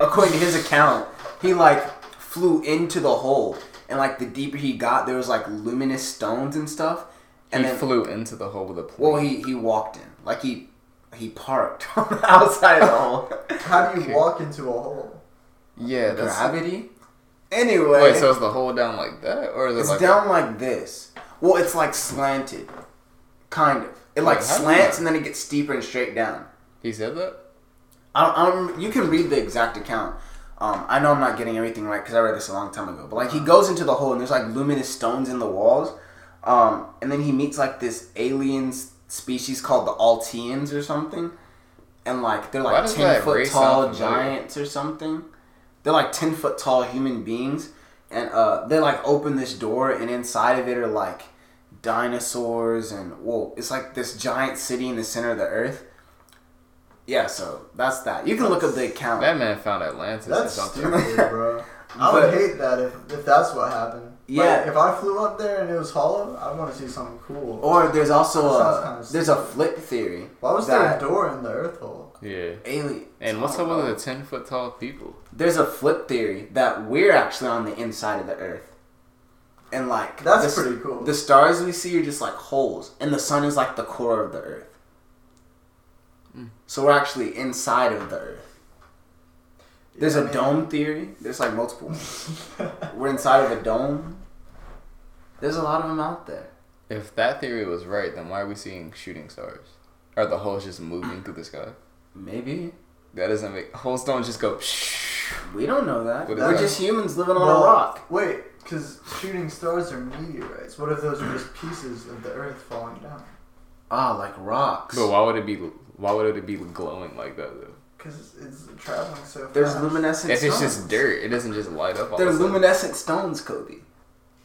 [SPEAKER 3] according to his account, he like flew into the hole, and like the deeper he got, there was like luminous stones and stuff. And
[SPEAKER 1] he
[SPEAKER 3] then,
[SPEAKER 1] flew into the hole with a plane.
[SPEAKER 3] well, he he walked in, like he he parked [laughs] on the outside of the hole.
[SPEAKER 2] How
[SPEAKER 3] [laughs]
[SPEAKER 2] do you walk into a hole?
[SPEAKER 1] yeah, that's,
[SPEAKER 3] Gravity. Anyway,
[SPEAKER 1] wait. So is the hole down like that, or is it
[SPEAKER 3] it's
[SPEAKER 1] like
[SPEAKER 3] down like this. Well, it's like slanted, kind of. It like
[SPEAKER 1] Wait, how do you
[SPEAKER 3] slants
[SPEAKER 1] know?
[SPEAKER 3] and then it gets steeper and straight down.
[SPEAKER 1] he said that?
[SPEAKER 3] I don't, I don't, remember- you can read the exact account. Um, I know I'm not getting everything right because I read this a long time ago. But like he goes into the hole and there's like luminous stones in the walls, um, and then he meets like this alien s- species called the Altians or something, and like they're
[SPEAKER 1] Why
[SPEAKER 3] like
[SPEAKER 1] does
[SPEAKER 3] ten
[SPEAKER 1] that
[SPEAKER 3] foot
[SPEAKER 1] race
[SPEAKER 3] tall
[SPEAKER 1] sound familiar?
[SPEAKER 3] giants or something. They're like ten foot tall human beings, and uh, they like open this door and inside of it are like dinosaurs and whoa, it's like this giant city in the center of the earth yeah, so that's that. You can look up the account.
[SPEAKER 1] That man found Atlantis or
[SPEAKER 2] That's
[SPEAKER 1] something.
[SPEAKER 2] stupid, bro. I
[SPEAKER 3] But-
[SPEAKER 2] would hate that if, if that's what happened. Like,
[SPEAKER 3] Yeah. Oh,
[SPEAKER 2] if I flew up there and it was hollow, I want to see something cool.
[SPEAKER 3] Or there's also
[SPEAKER 2] That sounds
[SPEAKER 3] a
[SPEAKER 2] kinda
[SPEAKER 3] there's a flip theory.
[SPEAKER 2] Why was
[SPEAKER 3] that-
[SPEAKER 2] there a door in the earth hole?
[SPEAKER 1] Yeah.
[SPEAKER 3] Alien.
[SPEAKER 1] And what's up with the ten foot tall people?
[SPEAKER 3] There's a flip theory that we're actually on the inside of the Earth, and like
[SPEAKER 2] That's
[SPEAKER 3] the,
[SPEAKER 2] pretty cool.
[SPEAKER 3] The stars we see are just like holes, and the sun is like the core of the Earth.
[SPEAKER 1] Hmm.
[SPEAKER 3] So we're actually inside of the Earth. There's
[SPEAKER 2] I
[SPEAKER 3] a
[SPEAKER 2] mean- [laughs]
[SPEAKER 3] dome theory. There's like multiple. ones. we're inside of a dome. There's a lot of them out there.
[SPEAKER 1] If that theory was right, then why are we seeing shooting stars? Are the holes just moving through the sky?
[SPEAKER 3] Maybe
[SPEAKER 1] That doesn't make holes don't just go. Shh.
[SPEAKER 3] we don't know that.
[SPEAKER 1] What is
[SPEAKER 3] we're
[SPEAKER 1] that?
[SPEAKER 3] just humans living on
[SPEAKER 2] Well,
[SPEAKER 3] a rock.
[SPEAKER 2] Wait, because shooting stars are meteorites. What if those are just pieces of the earth falling down?
[SPEAKER 3] Ah, like rocks.
[SPEAKER 1] But why would it be? Why would it be glowing like that though?
[SPEAKER 2] Because it's traveling so fast.
[SPEAKER 3] There's luminescent.
[SPEAKER 1] If it's
[SPEAKER 3] stones.
[SPEAKER 1] just dirt, it doesn't just light up. All
[SPEAKER 3] They're
[SPEAKER 1] of a sudden.
[SPEAKER 3] luminescent stones, Kobe.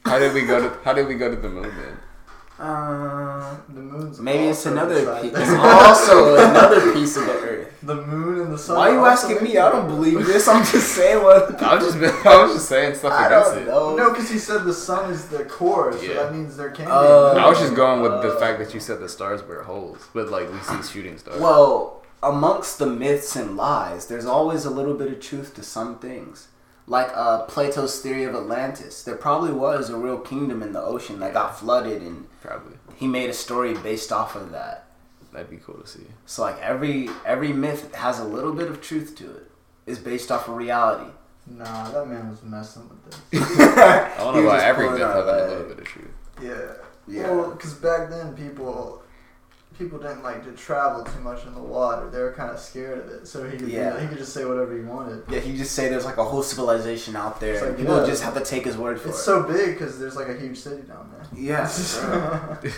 [SPEAKER 1] How did we go to? How did we go to the moon
[SPEAKER 3] [laughs]
[SPEAKER 1] then?
[SPEAKER 3] Uh,
[SPEAKER 2] The moon's
[SPEAKER 3] maybe it's
[SPEAKER 2] also
[SPEAKER 3] another.
[SPEAKER 2] inside
[SPEAKER 3] Piece. [laughs]
[SPEAKER 2] the-
[SPEAKER 3] It's also another piece of the Earth.
[SPEAKER 2] the moon and the sun.
[SPEAKER 3] Why are you
[SPEAKER 2] also
[SPEAKER 3] asking me?
[SPEAKER 2] meteorites.
[SPEAKER 3] I don't believe this. I'm just saying what.
[SPEAKER 1] I was just [laughs] I was just saying stuff
[SPEAKER 3] I
[SPEAKER 1] against
[SPEAKER 3] don't
[SPEAKER 1] it.
[SPEAKER 3] know.
[SPEAKER 2] No, because he said the sun is the core, so
[SPEAKER 1] Yeah.
[SPEAKER 2] that means there can
[SPEAKER 3] Oh.
[SPEAKER 2] be.
[SPEAKER 1] I was just going with the
[SPEAKER 3] Uh,
[SPEAKER 1] fact that you said the stars were holes, but like we see shooting stars.
[SPEAKER 3] Well, amongst the myths and lies, there's always a little bit of truth to some things. Like uh, Plato's theory of Atlantis, there probably was a real kingdom in the ocean that got flooded, and
[SPEAKER 1] Probably
[SPEAKER 3] he made a story based off of that.
[SPEAKER 1] that'd be cool to see.
[SPEAKER 3] So like every every myth has a little bit of truth to it. It's based off of
[SPEAKER 1] [laughs]
[SPEAKER 3] reality. [laughs]
[SPEAKER 2] Nah, that man was messing with this.
[SPEAKER 1] I
[SPEAKER 3] I
[SPEAKER 1] don't know about every myth having a little bit of truth.
[SPEAKER 2] Yeah.
[SPEAKER 3] Yeah.
[SPEAKER 2] Well, because back then people people didn't like to travel too much in the water. They were kind of scared of it, so he could be-
[SPEAKER 3] Yeah.
[SPEAKER 2] he could just say whatever he wanted.
[SPEAKER 3] Yeah, he just say there's like a whole civilization out there.
[SPEAKER 2] It's like,
[SPEAKER 3] and people
[SPEAKER 2] yeah.
[SPEAKER 3] just have to take his word for
[SPEAKER 2] It's
[SPEAKER 3] it.
[SPEAKER 2] so big because there's like a huge city down there. [laughs]
[SPEAKER 3] yeah, bro.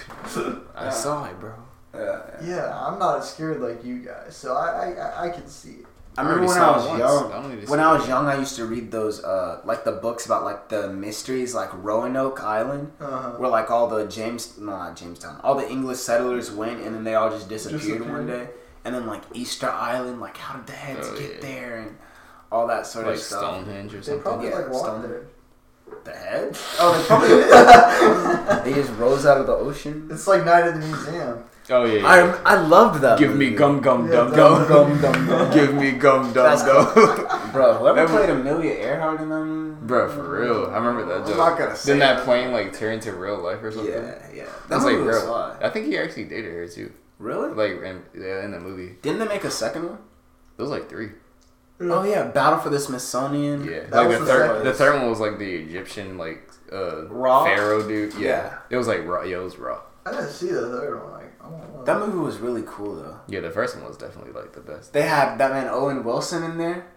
[SPEAKER 1] I saw it, bro.
[SPEAKER 3] yeah, yeah.
[SPEAKER 2] yeah, I'm not scared like you guys, so I I, I, I can see it.
[SPEAKER 3] I
[SPEAKER 1] I
[SPEAKER 3] remember
[SPEAKER 1] already
[SPEAKER 3] when I
[SPEAKER 1] saw it
[SPEAKER 3] was
[SPEAKER 1] once.
[SPEAKER 3] young.
[SPEAKER 1] I don't need to
[SPEAKER 3] When
[SPEAKER 1] see
[SPEAKER 3] I
[SPEAKER 1] it.
[SPEAKER 3] was young, I used to read those uh like the books about like the mysteries, like Roanoke Island,
[SPEAKER 2] Uh-huh.
[SPEAKER 3] where like all the James, no, not Jamestown, all the English settlers went, and then they all just disappeared, one
[SPEAKER 2] Disappeared.
[SPEAKER 3] day. And then like Easter Island, like how did the heads
[SPEAKER 1] Oh,
[SPEAKER 3] get
[SPEAKER 1] yeah.
[SPEAKER 3] there, and all that sort
[SPEAKER 1] like
[SPEAKER 3] of stuff.
[SPEAKER 1] Stonehenge or
[SPEAKER 2] They
[SPEAKER 1] something.
[SPEAKER 2] probably
[SPEAKER 3] yeah,
[SPEAKER 2] like walked
[SPEAKER 3] stone.
[SPEAKER 2] there.
[SPEAKER 3] The head? Oh, they probably did. [laughs] they just rose out of the ocean.
[SPEAKER 2] It's like night at the museum.
[SPEAKER 1] Oh yeah. yeah.
[SPEAKER 3] I, I loved that.
[SPEAKER 1] Give me
[SPEAKER 3] movie.
[SPEAKER 1] gum gum
[SPEAKER 2] Yeah,
[SPEAKER 1] dum
[SPEAKER 2] gum,
[SPEAKER 1] dum.
[SPEAKER 3] gum,
[SPEAKER 1] [laughs]
[SPEAKER 3] gum, gum.
[SPEAKER 1] Give me gum dum
[SPEAKER 3] That's [laughs]
[SPEAKER 1] dum.
[SPEAKER 3] Bro, whoever
[SPEAKER 1] That was-
[SPEAKER 3] played Amelia Earhart in them.
[SPEAKER 1] Bro, for real. I remember that
[SPEAKER 3] I'm
[SPEAKER 1] joke.
[SPEAKER 3] not gonna say
[SPEAKER 1] Didn't that
[SPEAKER 3] it.
[SPEAKER 1] plane like turn into real life or something?
[SPEAKER 3] Yeah, yeah.
[SPEAKER 1] That was
[SPEAKER 3] movie
[SPEAKER 1] like real.
[SPEAKER 3] fly.
[SPEAKER 1] I think he actually dated her too.
[SPEAKER 3] Really?
[SPEAKER 1] Like in, yeah, in the movie,
[SPEAKER 3] Didn't they make a second one?
[SPEAKER 1] there was like three.
[SPEAKER 3] Oh yeah, Battle for the Smithsonian.
[SPEAKER 1] Yeah,
[SPEAKER 2] That
[SPEAKER 1] like
[SPEAKER 2] was
[SPEAKER 1] the,
[SPEAKER 2] the
[SPEAKER 1] third,
[SPEAKER 2] second.
[SPEAKER 1] the third one was like the Egyptian like uh,
[SPEAKER 3] Ra?
[SPEAKER 1] pharaoh dude. Yeah.
[SPEAKER 3] Yeah.
[SPEAKER 1] it was like raw. Yeah, it was raw.
[SPEAKER 2] I didn't see the third one. Like, I don't know.
[SPEAKER 3] That movie was really cool though.
[SPEAKER 1] Yeah, the first one was definitely like the best.
[SPEAKER 3] They had that man Owen Wilson in there.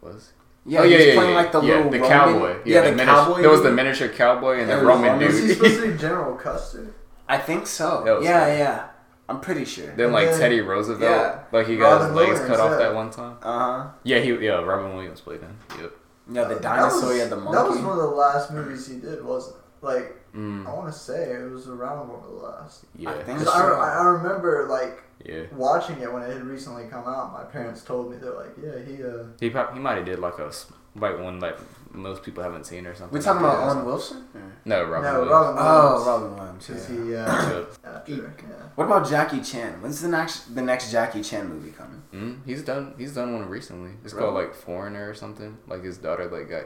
[SPEAKER 1] Was
[SPEAKER 3] Yeah,
[SPEAKER 1] oh
[SPEAKER 3] he
[SPEAKER 1] yeah,
[SPEAKER 3] was
[SPEAKER 1] yeah,
[SPEAKER 3] playing
[SPEAKER 1] yeah.
[SPEAKER 3] like the
[SPEAKER 1] yeah,
[SPEAKER 3] little
[SPEAKER 1] the
[SPEAKER 3] Roman-
[SPEAKER 1] cowboy.
[SPEAKER 3] Yeah, the,
[SPEAKER 1] miniature-
[SPEAKER 3] cowboy.
[SPEAKER 1] There was the miniature cowboy and
[SPEAKER 3] Yeah,
[SPEAKER 1] the
[SPEAKER 3] the
[SPEAKER 1] Roman
[SPEAKER 3] Roman-
[SPEAKER 2] was he supposed
[SPEAKER 1] dude.
[SPEAKER 2] to be General Custer?
[SPEAKER 3] I think so.
[SPEAKER 1] That was
[SPEAKER 3] yeah,
[SPEAKER 1] cool.
[SPEAKER 3] yeah. I'm pretty sure.
[SPEAKER 1] [laughs] then like
[SPEAKER 2] Yeah.
[SPEAKER 1] Teddy Roosevelt,
[SPEAKER 3] Yeah.
[SPEAKER 1] like he got
[SPEAKER 2] Robin
[SPEAKER 1] his legs
[SPEAKER 2] Williams,
[SPEAKER 1] cut off
[SPEAKER 2] yeah.
[SPEAKER 1] that one time.
[SPEAKER 3] Uh huh.
[SPEAKER 1] Yeah, he yeah Robin Williams played him. Yep.
[SPEAKER 3] Yeah, the
[SPEAKER 2] That
[SPEAKER 3] dinosaur.
[SPEAKER 2] was-
[SPEAKER 3] yeah, the monkey. Hmm.
[SPEAKER 2] That was one of the last movies he did, wasn't it? Like, I
[SPEAKER 1] Mm,
[SPEAKER 2] want to say it was around one of the last.
[SPEAKER 1] yeah.
[SPEAKER 3] Oh, think-
[SPEAKER 2] 'Cause I, I remember like
[SPEAKER 1] yeah.
[SPEAKER 2] watching it when it had recently come out. My parents told me they're like, "Yeah, he uh,
[SPEAKER 1] He prob- he might have did like a s- like one like most people haven't seen or something.
[SPEAKER 3] We're talking
[SPEAKER 1] like
[SPEAKER 3] about
[SPEAKER 1] that.
[SPEAKER 3] Owen Wilson.
[SPEAKER 1] No, Robin.
[SPEAKER 2] no,
[SPEAKER 1] Williams.
[SPEAKER 2] Robin
[SPEAKER 3] Oh,
[SPEAKER 2] Williams."
[SPEAKER 3] Robin Williams.
[SPEAKER 2] Because
[SPEAKER 3] yeah.
[SPEAKER 2] he
[SPEAKER 3] [coughs]
[SPEAKER 2] uh,
[SPEAKER 1] Yep.
[SPEAKER 2] after, yeah.
[SPEAKER 3] What about Jackie Chan? When's the next the next Jackie Chan movie coming?
[SPEAKER 1] Mm, he's done. He's done one recently. It's called
[SPEAKER 3] Really?
[SPEAKER 1] like Foreigner or something. Like his daughter like got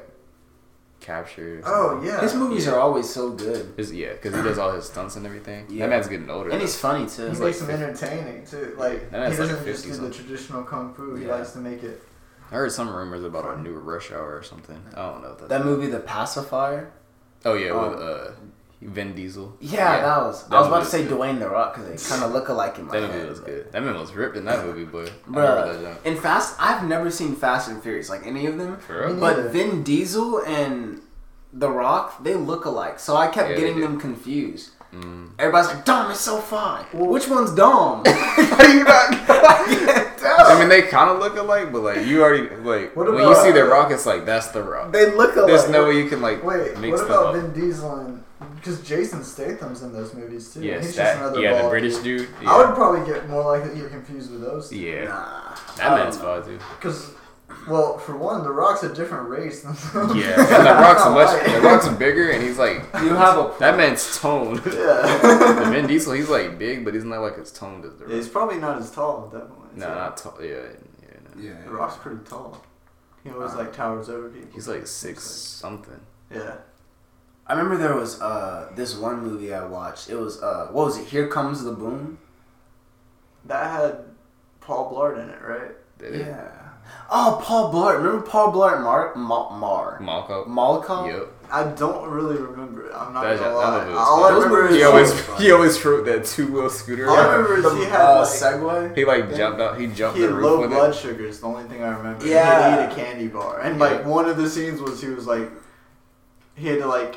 [SPEAKER 1] captured. or
[SPEAKER 2] Oh
[SPEAKER 1] something.
[SPEAKER 2] yeah.
[SPEAKER 3] His movies
[SPEAKER 1] Yeah.
[SPEAKER 3] are always so good,
[SPEAKER 1] His- yeah, because he does all his stunts and everything.
[SPEAKER 3] Yeah.
[SPEAKER 1] That man's getting older.
[SPEAKER 3] and he's funny too.
[SPEAKER 2] he
[SPEAKER 1] He's
[SPEAKER 2] makes
[SPEAKER 1] like
[SPEAKER 2] them
[SPEAKER 1] 50.
[SPEAKER 2] entertaining too. Like
[SPEAKER 1] And that's
[SPEAKER 2] he
[SPEAKER 1] like
[SPEAKER 2] doesn't just
[SPEAKER 1] 50
[SPEAKER 2] do the
[SPEAKER 1] something.
[SPEAKER 2] traditional kung fu. He
[SPEAKER 3] Yeah.
[SPEAKER 2] likes to make it.
[SPEAKER 1] I heard some rumors about a new Rush Hour or something. I don't know. That.
[SPEAKER 3] that movie, The Pacifier.
[SPEAKER 1] oh yeah,
[SPEAKER 3] Oh.
[SPEAKER 1] with uh, Vin Diesel.
[SPEAKER 3] Yeah, that was.
[SPEAKER 1] That
[SPEAKER 3] I was about to
[SPEAKER 1] movie
[SPEAKER 3] say
[SPEAKER 1] was good.
[SPEAKER 3] Dwayne the Rock because they kind of look alike in my
[SPEAKER 1] That
[SPEAKER 3] head,
[SPEAKER 1] movie was
[SPEAKER 3] but-
[SPEAKER 1] good. That man was ripped in that movie, boy. I remember that
[SPEAKER 3] Bruh, in Fast, I've never seen Fast and Furious like any of them,
[SPEAKER 1] jump. For real?
[SPEAKER 2] Me
[SPEAKER 3] but
[SPEAKER 2] neither.
[SPEAKER 3] Vin Diesel and The Rock, they look alike, so I kept
[SPEAKER 1] Yeah, they
[SPEAKER 3] getting
[SPEAKER 1] do.
[SPEAKER 3] them confused.
[SPEAKER 1] Mm. [laughs]
[SPEAKER 3] Everybody's like, "Dom is so fine." Which one's Dom? How do you not? I can't tell. [laughs]
[SPEAKER 1] Them mean, they kind of look alike, but like you already like
[SPEAKER 5] What
[SPEAKER 1] when you
[SPEAKER 5] about-
[SPEAKER 1] see the rock, it's like that's the rock.
[SPEAKER 5] They look alike.
[SPEAKER 1] There's no e- way you can like
[SPEAKER 5] Wait,
[SPEAKER 1] mix
[SPEAKER 5] what
[SPEAKER 1] them
[SPEAKER 5] about
[SPEAKER 1] up.
[SPEAKER 5] Vin Diesel and because Jason Statham's in those movies too?
[SPEAKER 1] yes,
[SPEAKER 5] He's just
[SPEAKER 1] that
[SPEAKER 5] another
[SPEAKER 1] yeah, the
[SPEAKER 5] bald
[SPEAKER 1] British
[SPEAKER 5] dude.
[SPEAKER 1] dude.
[SPEAKER 5] I would
[SPEAKER 1] Yeah,
[SPEAKER 5] probably get more likely you're confused with those.
[SPEAKER 1] yeah,
[SPEAKER 3] Nah.
[SPEAKER 1] that man's fine too.
[SPEAKER 5] Because, well, for one, The Rock's a different race than those.
[SPEAKER 1] Yeah,
[SPEAKER 5] [laughs]
[SPEAKER 1] and the rock's much. The rock's bigger, and he's like
[SPEAKER 3] You have a
[SPEAKER 1] that man's toned.
[SPEAKER 2] Yeah.
[SPEAKER 1] The
[SPEAKER 5] [laughs]
[SPEAKER 1] Vin Diesel, he's like big, but he's not like as toned as the
[SPEAKER 2] Yeah,
[SPEAKER 1] rock.
[SPEAKER 2] he's probably not as tall at that point.
[SPEAKER 1] No,
[SPEAKER 2] so-
[SPEAKER 1] not tall. Yeah, yeah. No.
[SPEAKER 3] yeah.
[SPEAKER 2] The Rock's pretty tall. He always like towers over people.
[SPEAKER 1] He's like six something.
[SPEAKER 2] Yeah.
[SPEAKER 3] I remember there was uh this one movie I watched. It was uh what was it? Here comes the boom.
[SPEAKER 2] That had Paul Blart in it, right?
[SPEAKER 1] Did it?
[SPEAKER 3] Oh, Paul Blart. Remember Paul Blart Mar Mar Mar
[SPEAKER 1] Malco.
[SPEAKER 3] Malcolm?
[SPEAKER 1] Yep.
[SPEAKER 2] I don't really remember. it. I'm not
[SPEAKER 1] That-
[SPEAKER 2] gonna
[SPEAKER 1] that
[SPEAKER 2] lie.
[SPEAKER 1] movie was
[SPEAKER 2] All I
[SPEAKER 1] fun.
[SPEAKER 2] remember
[SPEAKER 1] He
[SPEAKER 2] is [laughs]
[SPEAKER 1] always he always rode that two wheel scooter.
[SPEAKER 2] All I
[SPEAKER 1] around.
[SPEAKER 2] remember
[SPEAKER 3] The,
[SPEAKER 2] is he had
[SPEAKER 3] uh,
[SPEAKER 2] like,
[SPEAKER 3] Segway.
[SPEAKER 1] [laughs] He like jumped out. He jumped
[SPEAKER 2] he
[SPEAKER 1] the
[SPEAKER 2] had
[SPEAKER 1] roof
[SPEAKER 2] low
[SPEAKER 1] with
[SPEAKER 2] blood
[SPEAKER 1] it.
[SPEAKER 2] sugar. Is the only thing I remember. He
[SPEAKER 3] Yeah.
[SPEAKER 2] ate a candy bar, and
[SPEAKER 1] Yeah.
[SPEAKER 2] like one of the scenes was he was like, he had to like.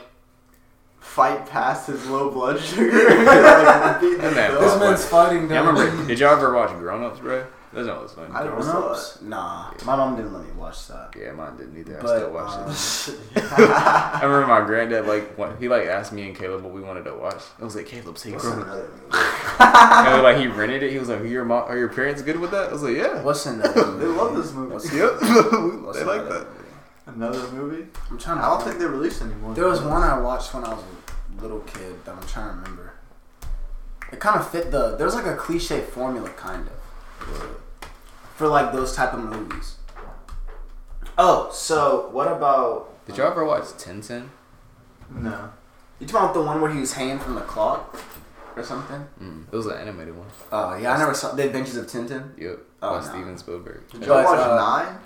[SPEAKER 2] Fight past his low blood [laughs] sugar. like, beat the
[SPEAKER 1] And that-
[SPEAKER 2] dog.
[SPEAKER 3] This man's fighting
[SPEAKER 1] Yeah, I
[SPEAKER 3] down.
[SPEAKER 1] remember. Did y'all ever watch Grown Ups, bro? That's always
[SPEAKER 2] I
[SPEAKER 1] fun.
[SPEAKER 2] don't-
[SPEAKER 3] Grown ups? Nah, my mom didn't let me watch that.
[SPEAKER 1] Yeah, mine didn't either. I
[SPEAKER 3] But,
[SPEAKER 1] still watched
[SPEAKER 3] um,
[SPEAKER 1] it.
[SPEAKER 2] uh, [laughs]
[SPEAKER 1] I remember my granddad like wa- he like asked me and Caleb what we wanted to watch. I was like, Caleb, take
[SPEAKER 3] What's
[SPEAKER 1] Grown Ups.
[SPEAKER 3] another movie?
[SPEAKER 1] And like he rented it. He was like, your mom, are your parents good with that? I was like, yeah.
[SPEAKER 3] What's another movie?
[SPEAKER 2] [laughs] They love this movie.
[SPEAKER 3] [laughs] What's-
[SPEAKER 1] Yep,
[SPEAKER 3] what's
[SPEAKER 1] they like
[SPEAKER 3] another
[SPEAKER 1] that.
[SPEAKER 3] movie?
[SPEAKER 2] [laughs] Another movie?
[SPEAKER 3] I'm
[SPEAKER 2] I
[SPEAKER 3] trying to.
[SPEAKER 2] don't think they released anymore.
[SPEAKER 3] There was one I watched when I was a little kid that I'm trying to remember. It kind of fit the. There was like a cliche formula, kind of, for like those type of movies. Oh, so what about?
[SPEAKER 1] Did y'all ever watch Tintin?
[SPEAKER 2] No.
[SPEAKER 3] You talking about the one where he was hanging from the clock or something?
[SPEAKER 1] Mm. It was an animated one.
[SPEAKER 3] Oh yeah, I never saw The Adventures of Tintin.
[SPEAKER 1] Yep,
[SPEAKER 3] Oh,
[SPEAKER 1] by
[SPEAKER 3] no.
[SPEAKER 1] Steven Spielberg.
[SPEAKER 2] Did
[SPEAKER 3] But,
[SPEAKER 2] y'all watch
[SPEAKER 3] uh,
[SPEAKER 2] Nine?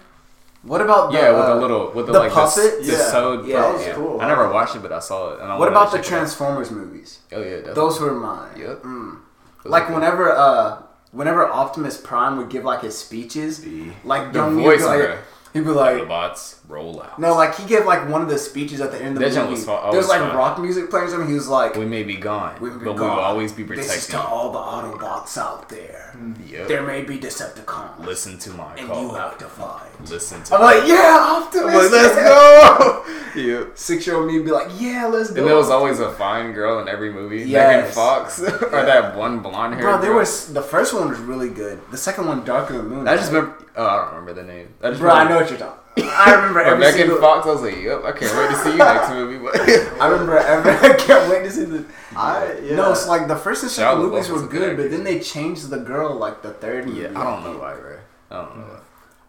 [SPEAKER 3] What about the,
[SPEAKER 1] Yeah, with
[SPEAKER 3] uh,
[SPEAKER 1] the little with the,
[SPEAKER 3] the
[SPEAKER 1] like the s-
[SPEAKER 3] puppet?
[SPEAKER 1] the
[SPEAKER 2] Yeah.
[SPEAKER 1] sewed
[SPEAKER 3] Yeah,
[SPEAKER 1] puppet,
[SPEAKER 2] that was cool.
[SPEAKER 1] I never watched it, but I saw it. And I wanted
[SPEAKER 3] What about
[SPEAKER 1] to
[SPEAKER 3] the
[SPEAKER 1] check it out.
[SPEAKER 3] Transformers movies?
[SPEAKER 1] Oh yeah, definitely.
[SPEAKER 3] Those were mine.
[SPEAKER 1] Yep.
[SPEAKER 3] Mm.
[SPEAKER 1] Those
[SPEAKER 3] Like
[SPEAKER 1] were-
[SPEAKER 3] whenever uh whenever Optimus Prime would give like his speeches,
[SPEAKER 1] The-
[SPEAKER 3] like
[SPEAKER 1] the
[SPEAKER 3] young Neo
[SPEAKER 1] voice
[SPEAKER 3] would
[SPEAKER 1] on
[SPEAKER 3] like-
[SPEAKER 1] her.
[SPEAKER 3] he'd be like,
[SPEAKER 1] robots roll out.
[SPEAKER 3] no, like he gave like one of the speeches at the end of the
[SPEAKER 1] That joint
[SPEAKER 3] movie.
[SPEAKER 1] was fu- always
[SPEAKER 3] There's like
[SPEAKER 1] fun.
[SPEAKER 3] rock music playing, or something. He was like,
[SPEAKER 1] we may be gone,
[SPEAKER 3] "We've been
[SPEAKER 1] but we
[SPEAKER 3] gone.
[SPEAKER 1] will always be Mm. protected.
[SPEAKER 3] This is to all the Autobots out there.
[SPEAKER 1] Yep.
[SPEAKER 3] There may be Decepticons,
[SPEAKER 1] Listen to my
[SPEAKER 3] and
[SPEAKER 1] call.
[SPEAKER 3] you have Oh, to fight."
[SPEAKER 1] Listen to.
[SPEAKER 3] I'm
[SPEAKER 1] my-
[SPEAKER 3] like, "Yeah, Optimus,
[SPEAKER 1] I'm like, [laughs] let's
[SPEAKER 3] yeah."
[SPEAKER 1] go. yep.
[SPEAKER 3] [laughs] Six-year-old me would be like, "Yeah, let's go."
[SPEAKER 1] And there was always a fine girl in every movie. Megan
[SPEAKER 3] Yes.
[SPEAKER 1] Fox [laughs] or that one blonde hair.
[SPEAKER 3] Bro, there was the first one was really good. The second one, Darker Than the Moon.
[SPEAKER 1] I just remember. Oh, I don't remember the name. I just
[SPEAKER 3] Bro, I
[SPEAKER 1] remember-
[SPEAKER 3] know what you're talking. I remember
[SPEAKER 1] Or
[SPEAKER 3] every
[SPEAKER 1] Megan
[SPEAKER 3] single.
[SPEAKER 1] Fox. I was like, yep. I can't wait to see you
[SPEAKER 3] [laughs]
[SPEAKER 1] next movie. But [laughs]
[SPEAKER 3] I remember every. [laughs] I can't wait to see the.
[SPEAKER 2] I yeah.
[SPEAKER 3] No, it's like the first and second
[SPEAKER 1] Shia LaBeouf
[SPEAKER 3] movies
[SPEAKER 1] was
[SPEAKER 3] were
[SPEAKER 1] a
[SPEAKER 3] good,
[SPEAKER 1] good
[SPEAKER 3] but
[SPEAKER 1] actor.
[SPEAKER 3] then they changed the girl like the third.
[SPEAKER 1] yeah,
[SPEAKER 3] movie.
[SPEAKER 1] I don't know why, bro. I don't know. Why.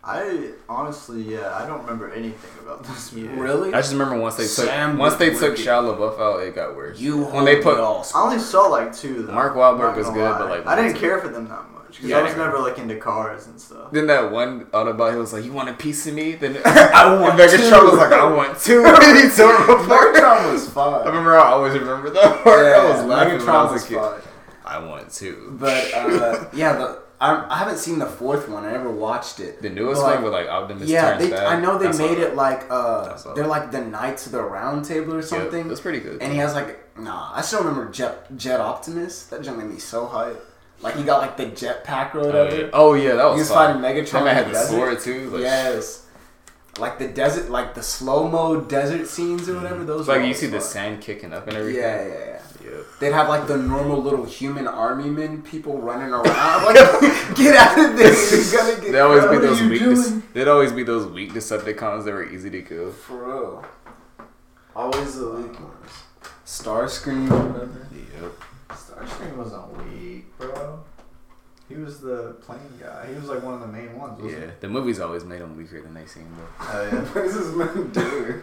[SPEAKER 2] I honestly, yeah, I don't remember anything about [laughs] this movie.
[SPEAKER 3] Really?
[SPEAKER 1] I just remember once they took
[SPEAKER 3] Sam
[SPEAKER 1] once they
[SPEAKER 3] was
[SPEAKER 1] took
[SPEAKER 3] wicked.
[SPEAKER 1] Shia LaBeouf out, it got worse.
[SPEAKER 3] you
[SPEAKER 1] when they put
[SPEAKER 3] all. [laughs]
[SPEAKER 2] I only saw like two. Though.
[SPEAKER 1] Mark Wahlberg
[SPEAKER 2] I'm not
[SPEAKER 1] was
[SPEAKER 2] gonna
[SPEAKER 1] good, but, like,
[SPEAKER 2] I didn't
[SPEAKER 1] that's it.
[SPEAKER 2] care for them that much because
[SPEAKER 1] Yeah,
[SPEAKER 2] I was
[SPEAKER 1] I didn't.
[SPEAKER 2] never like into cars and stuff.
[SPEAKER 1] [laughs] then that one Autobot he was like, "You want a piece of me?"
[SPEAKER 3] [laughs]
[SPEAKER 1] Then [laughs] I
[SPEAKER 3] want two.
[SPEAKER 1] Megatron was like, "I want two. [laughs] He's so
[SPEAKER 3] [laughs]
[SPEAKER 1] I
[SPEAKER 3] Megatron was fun.
[SPEAKER 1] remember I always remember that part. I was laughing when I was a kid.
[SPEAKER 3] fun.
[SPEAKER 1] I want two.
[SPEAKER 3] But
[SPEAKER 1] [laughs]
[SPEAKER 3] uh, yeah, the, I, I haven't seen the fourth one. I never watched it.
[SPEAKER 1] The newest
[SPEAKER 3] But-
[SPEAKER 1] one with like Optimus
[SPEAKER 3] Yeah,
[SPEAKER 1] turns
[SPEAKER 3] they,
[SPEAKER 1] bad.
[SPEAKER 3] I know they
[SPEAKER 1] That's
[SPEAKER 3] made
[SPEAKER 1] all.
[SPEAKER 3] it like uh,
[SPEAKER 1] That's all.
[SPEAKER 3] they're like the Knights of the Round Table or
[SPEAKER 1] Yep,
[SPEAKER 3] something.
[SPEAKER 1] It was pretty good.
[SPEAKER 3] And he has like nah. I still remember Jet Jet Optimus. That jump made me so hype. Like he got like the jetpack or
[SPEAKER 1] oh,
[SPEAKER 3] whatever.
[SPEAKER 1] yeah. Oh, yeah, that was
[SPEAKER 3] He was
[SPEAKER 1] fun.
[SPEAKER 3] fighting Megatron
[SPEAKER 1] That man
[SPEAKER 3] in
[SPEAKER 1] had
[SPEAKER 3] the
[SPEAKER 1] the
[SPEAKER 3] desert.
[SPEAKER 1] sword too. Like,
[SPEAKER 3] Yes. Like the desert, like the slow mo desert scenes or whatever. Those
[SPEAKER 1] it's like
[SPEAKER 3] were
[SPEAKER 1] you
[SPEAKER 3] always
[SPEAKER 1] see the
[SPEAKER 3] fun.
[SPEAKER 1] sand kicking up and everything.
[SPEAKER 3] Yeah, yeah, yeah.
[SPEAKER 1] Yep.
[SPEAKER 3] They'd have like the normal little human army men people running
[SPEAKER 1] [laughs]
[SPEAKER 3] around. I'm like, [laughs] get out of this! You're gonna get.
[SPEAKER 1] They always
[SPEAKER 3] what
[SPEAKER 1] be
[SPEAKER 3] are
[SPEAKER 1] those
[SPEAKER 3] you
[SPEAKER 1] weak.
[SPEAKER 3] doing?
[SPEAKER 1] They'd always be those weak Decepticons that were easy to kill.
[SPEAKER 3] For real.
[SPEAKER 5] always the weak ones.
[SPEAKER 3] Starscream or whatever. [laughs]
[SPEAKER 1] Yep.
[SPEAKER 5] Starscream wasn't weak, bro. He was the plane guy. He was like one of the main ones. Wasn't
[SPEAKER 1] Yeah, the movies always made them weaker than they seem. Though.
[SPEAKER 5] He?
[SPEAKER 2] [laughs]
[SPEAKER 5] Oh
[SPEAKER 3] What is this man doing?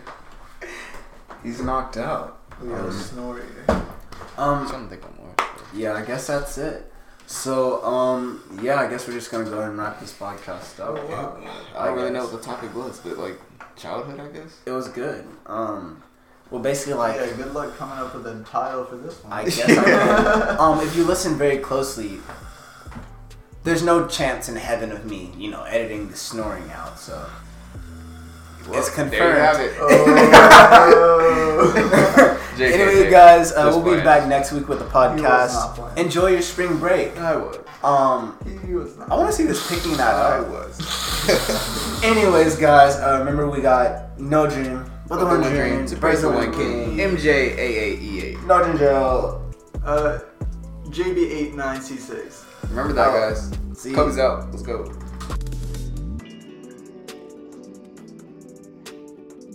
[SPEAKER 3] He's knocked out.
[SPEAKER 5] yeah. We got a snorrier.
[SPEAKER 1] I'm
[SPEAKER 3] Um,
[SPEAKER 1] trying to think of more.
[SPEAKER 3] yeah, I guess that's it. So, um, yeah, I guess we're just gonna go ahead and wrap this podcast up.
[SPEAKER 5] Oh, wow.
[SPEAKER 1] I don't really know what the topic was, but like childhood, I guess.
[SPEAKER 3] It was good. Um, well, basically, like,
[SPEAKER 5] yeah, good luck coming up with a title for this one. [laughs]
[SPEAKER 3] I guess I did. um, if you listen very closely, there's no chance in heaven of me, you know, editing the snoring out. So it's confirmed. Oh,
[SPEAKER 1] There you have it, [laughs]
[SPEAKER 5] Oh,
[SPEAKER 1] Jake.
[SPEAKER 3] anyway, guys, uh,
[SPEAKER 1] Just
[SPEAKER 3] we'll be
[SPEAKER 1] playing.
[SPEAKER 3] back next week with the
[SPEAKER 5] He was not
[SPEAKER 3] podcast.
[SPEAKER 5] playing.
[SPEAKER 3] Enjoy your spring break.
[SPEAKER 1] I would.
[SPEAKER 3] Um,
[SPEAKER 5] He was not.
[SPEAKER 3] I want to see this picking that
[SPEAKER 5] I
[SPEAKER 3] up.
[SPEAKER 5] was.
[SPEAKER 3] Anyways, guys, uh, remember we got No Dream, But the One Dream,
[SPEAKER 1] Dreams,
[SPEAKER 3] Praise the One King,
[SPEAKER 1] MJAAEA.
[SPEAKER 3] Northern Jail.
[SPEAKER 2] Uh, JB89C6.
[SPEAKER 1] Remember that,
[SPEAKER 3] Oh,
[SPEAKER 1] guys.
[SPEAKER 3] see you.
[SPEAKER 1] Comes out. Let's go.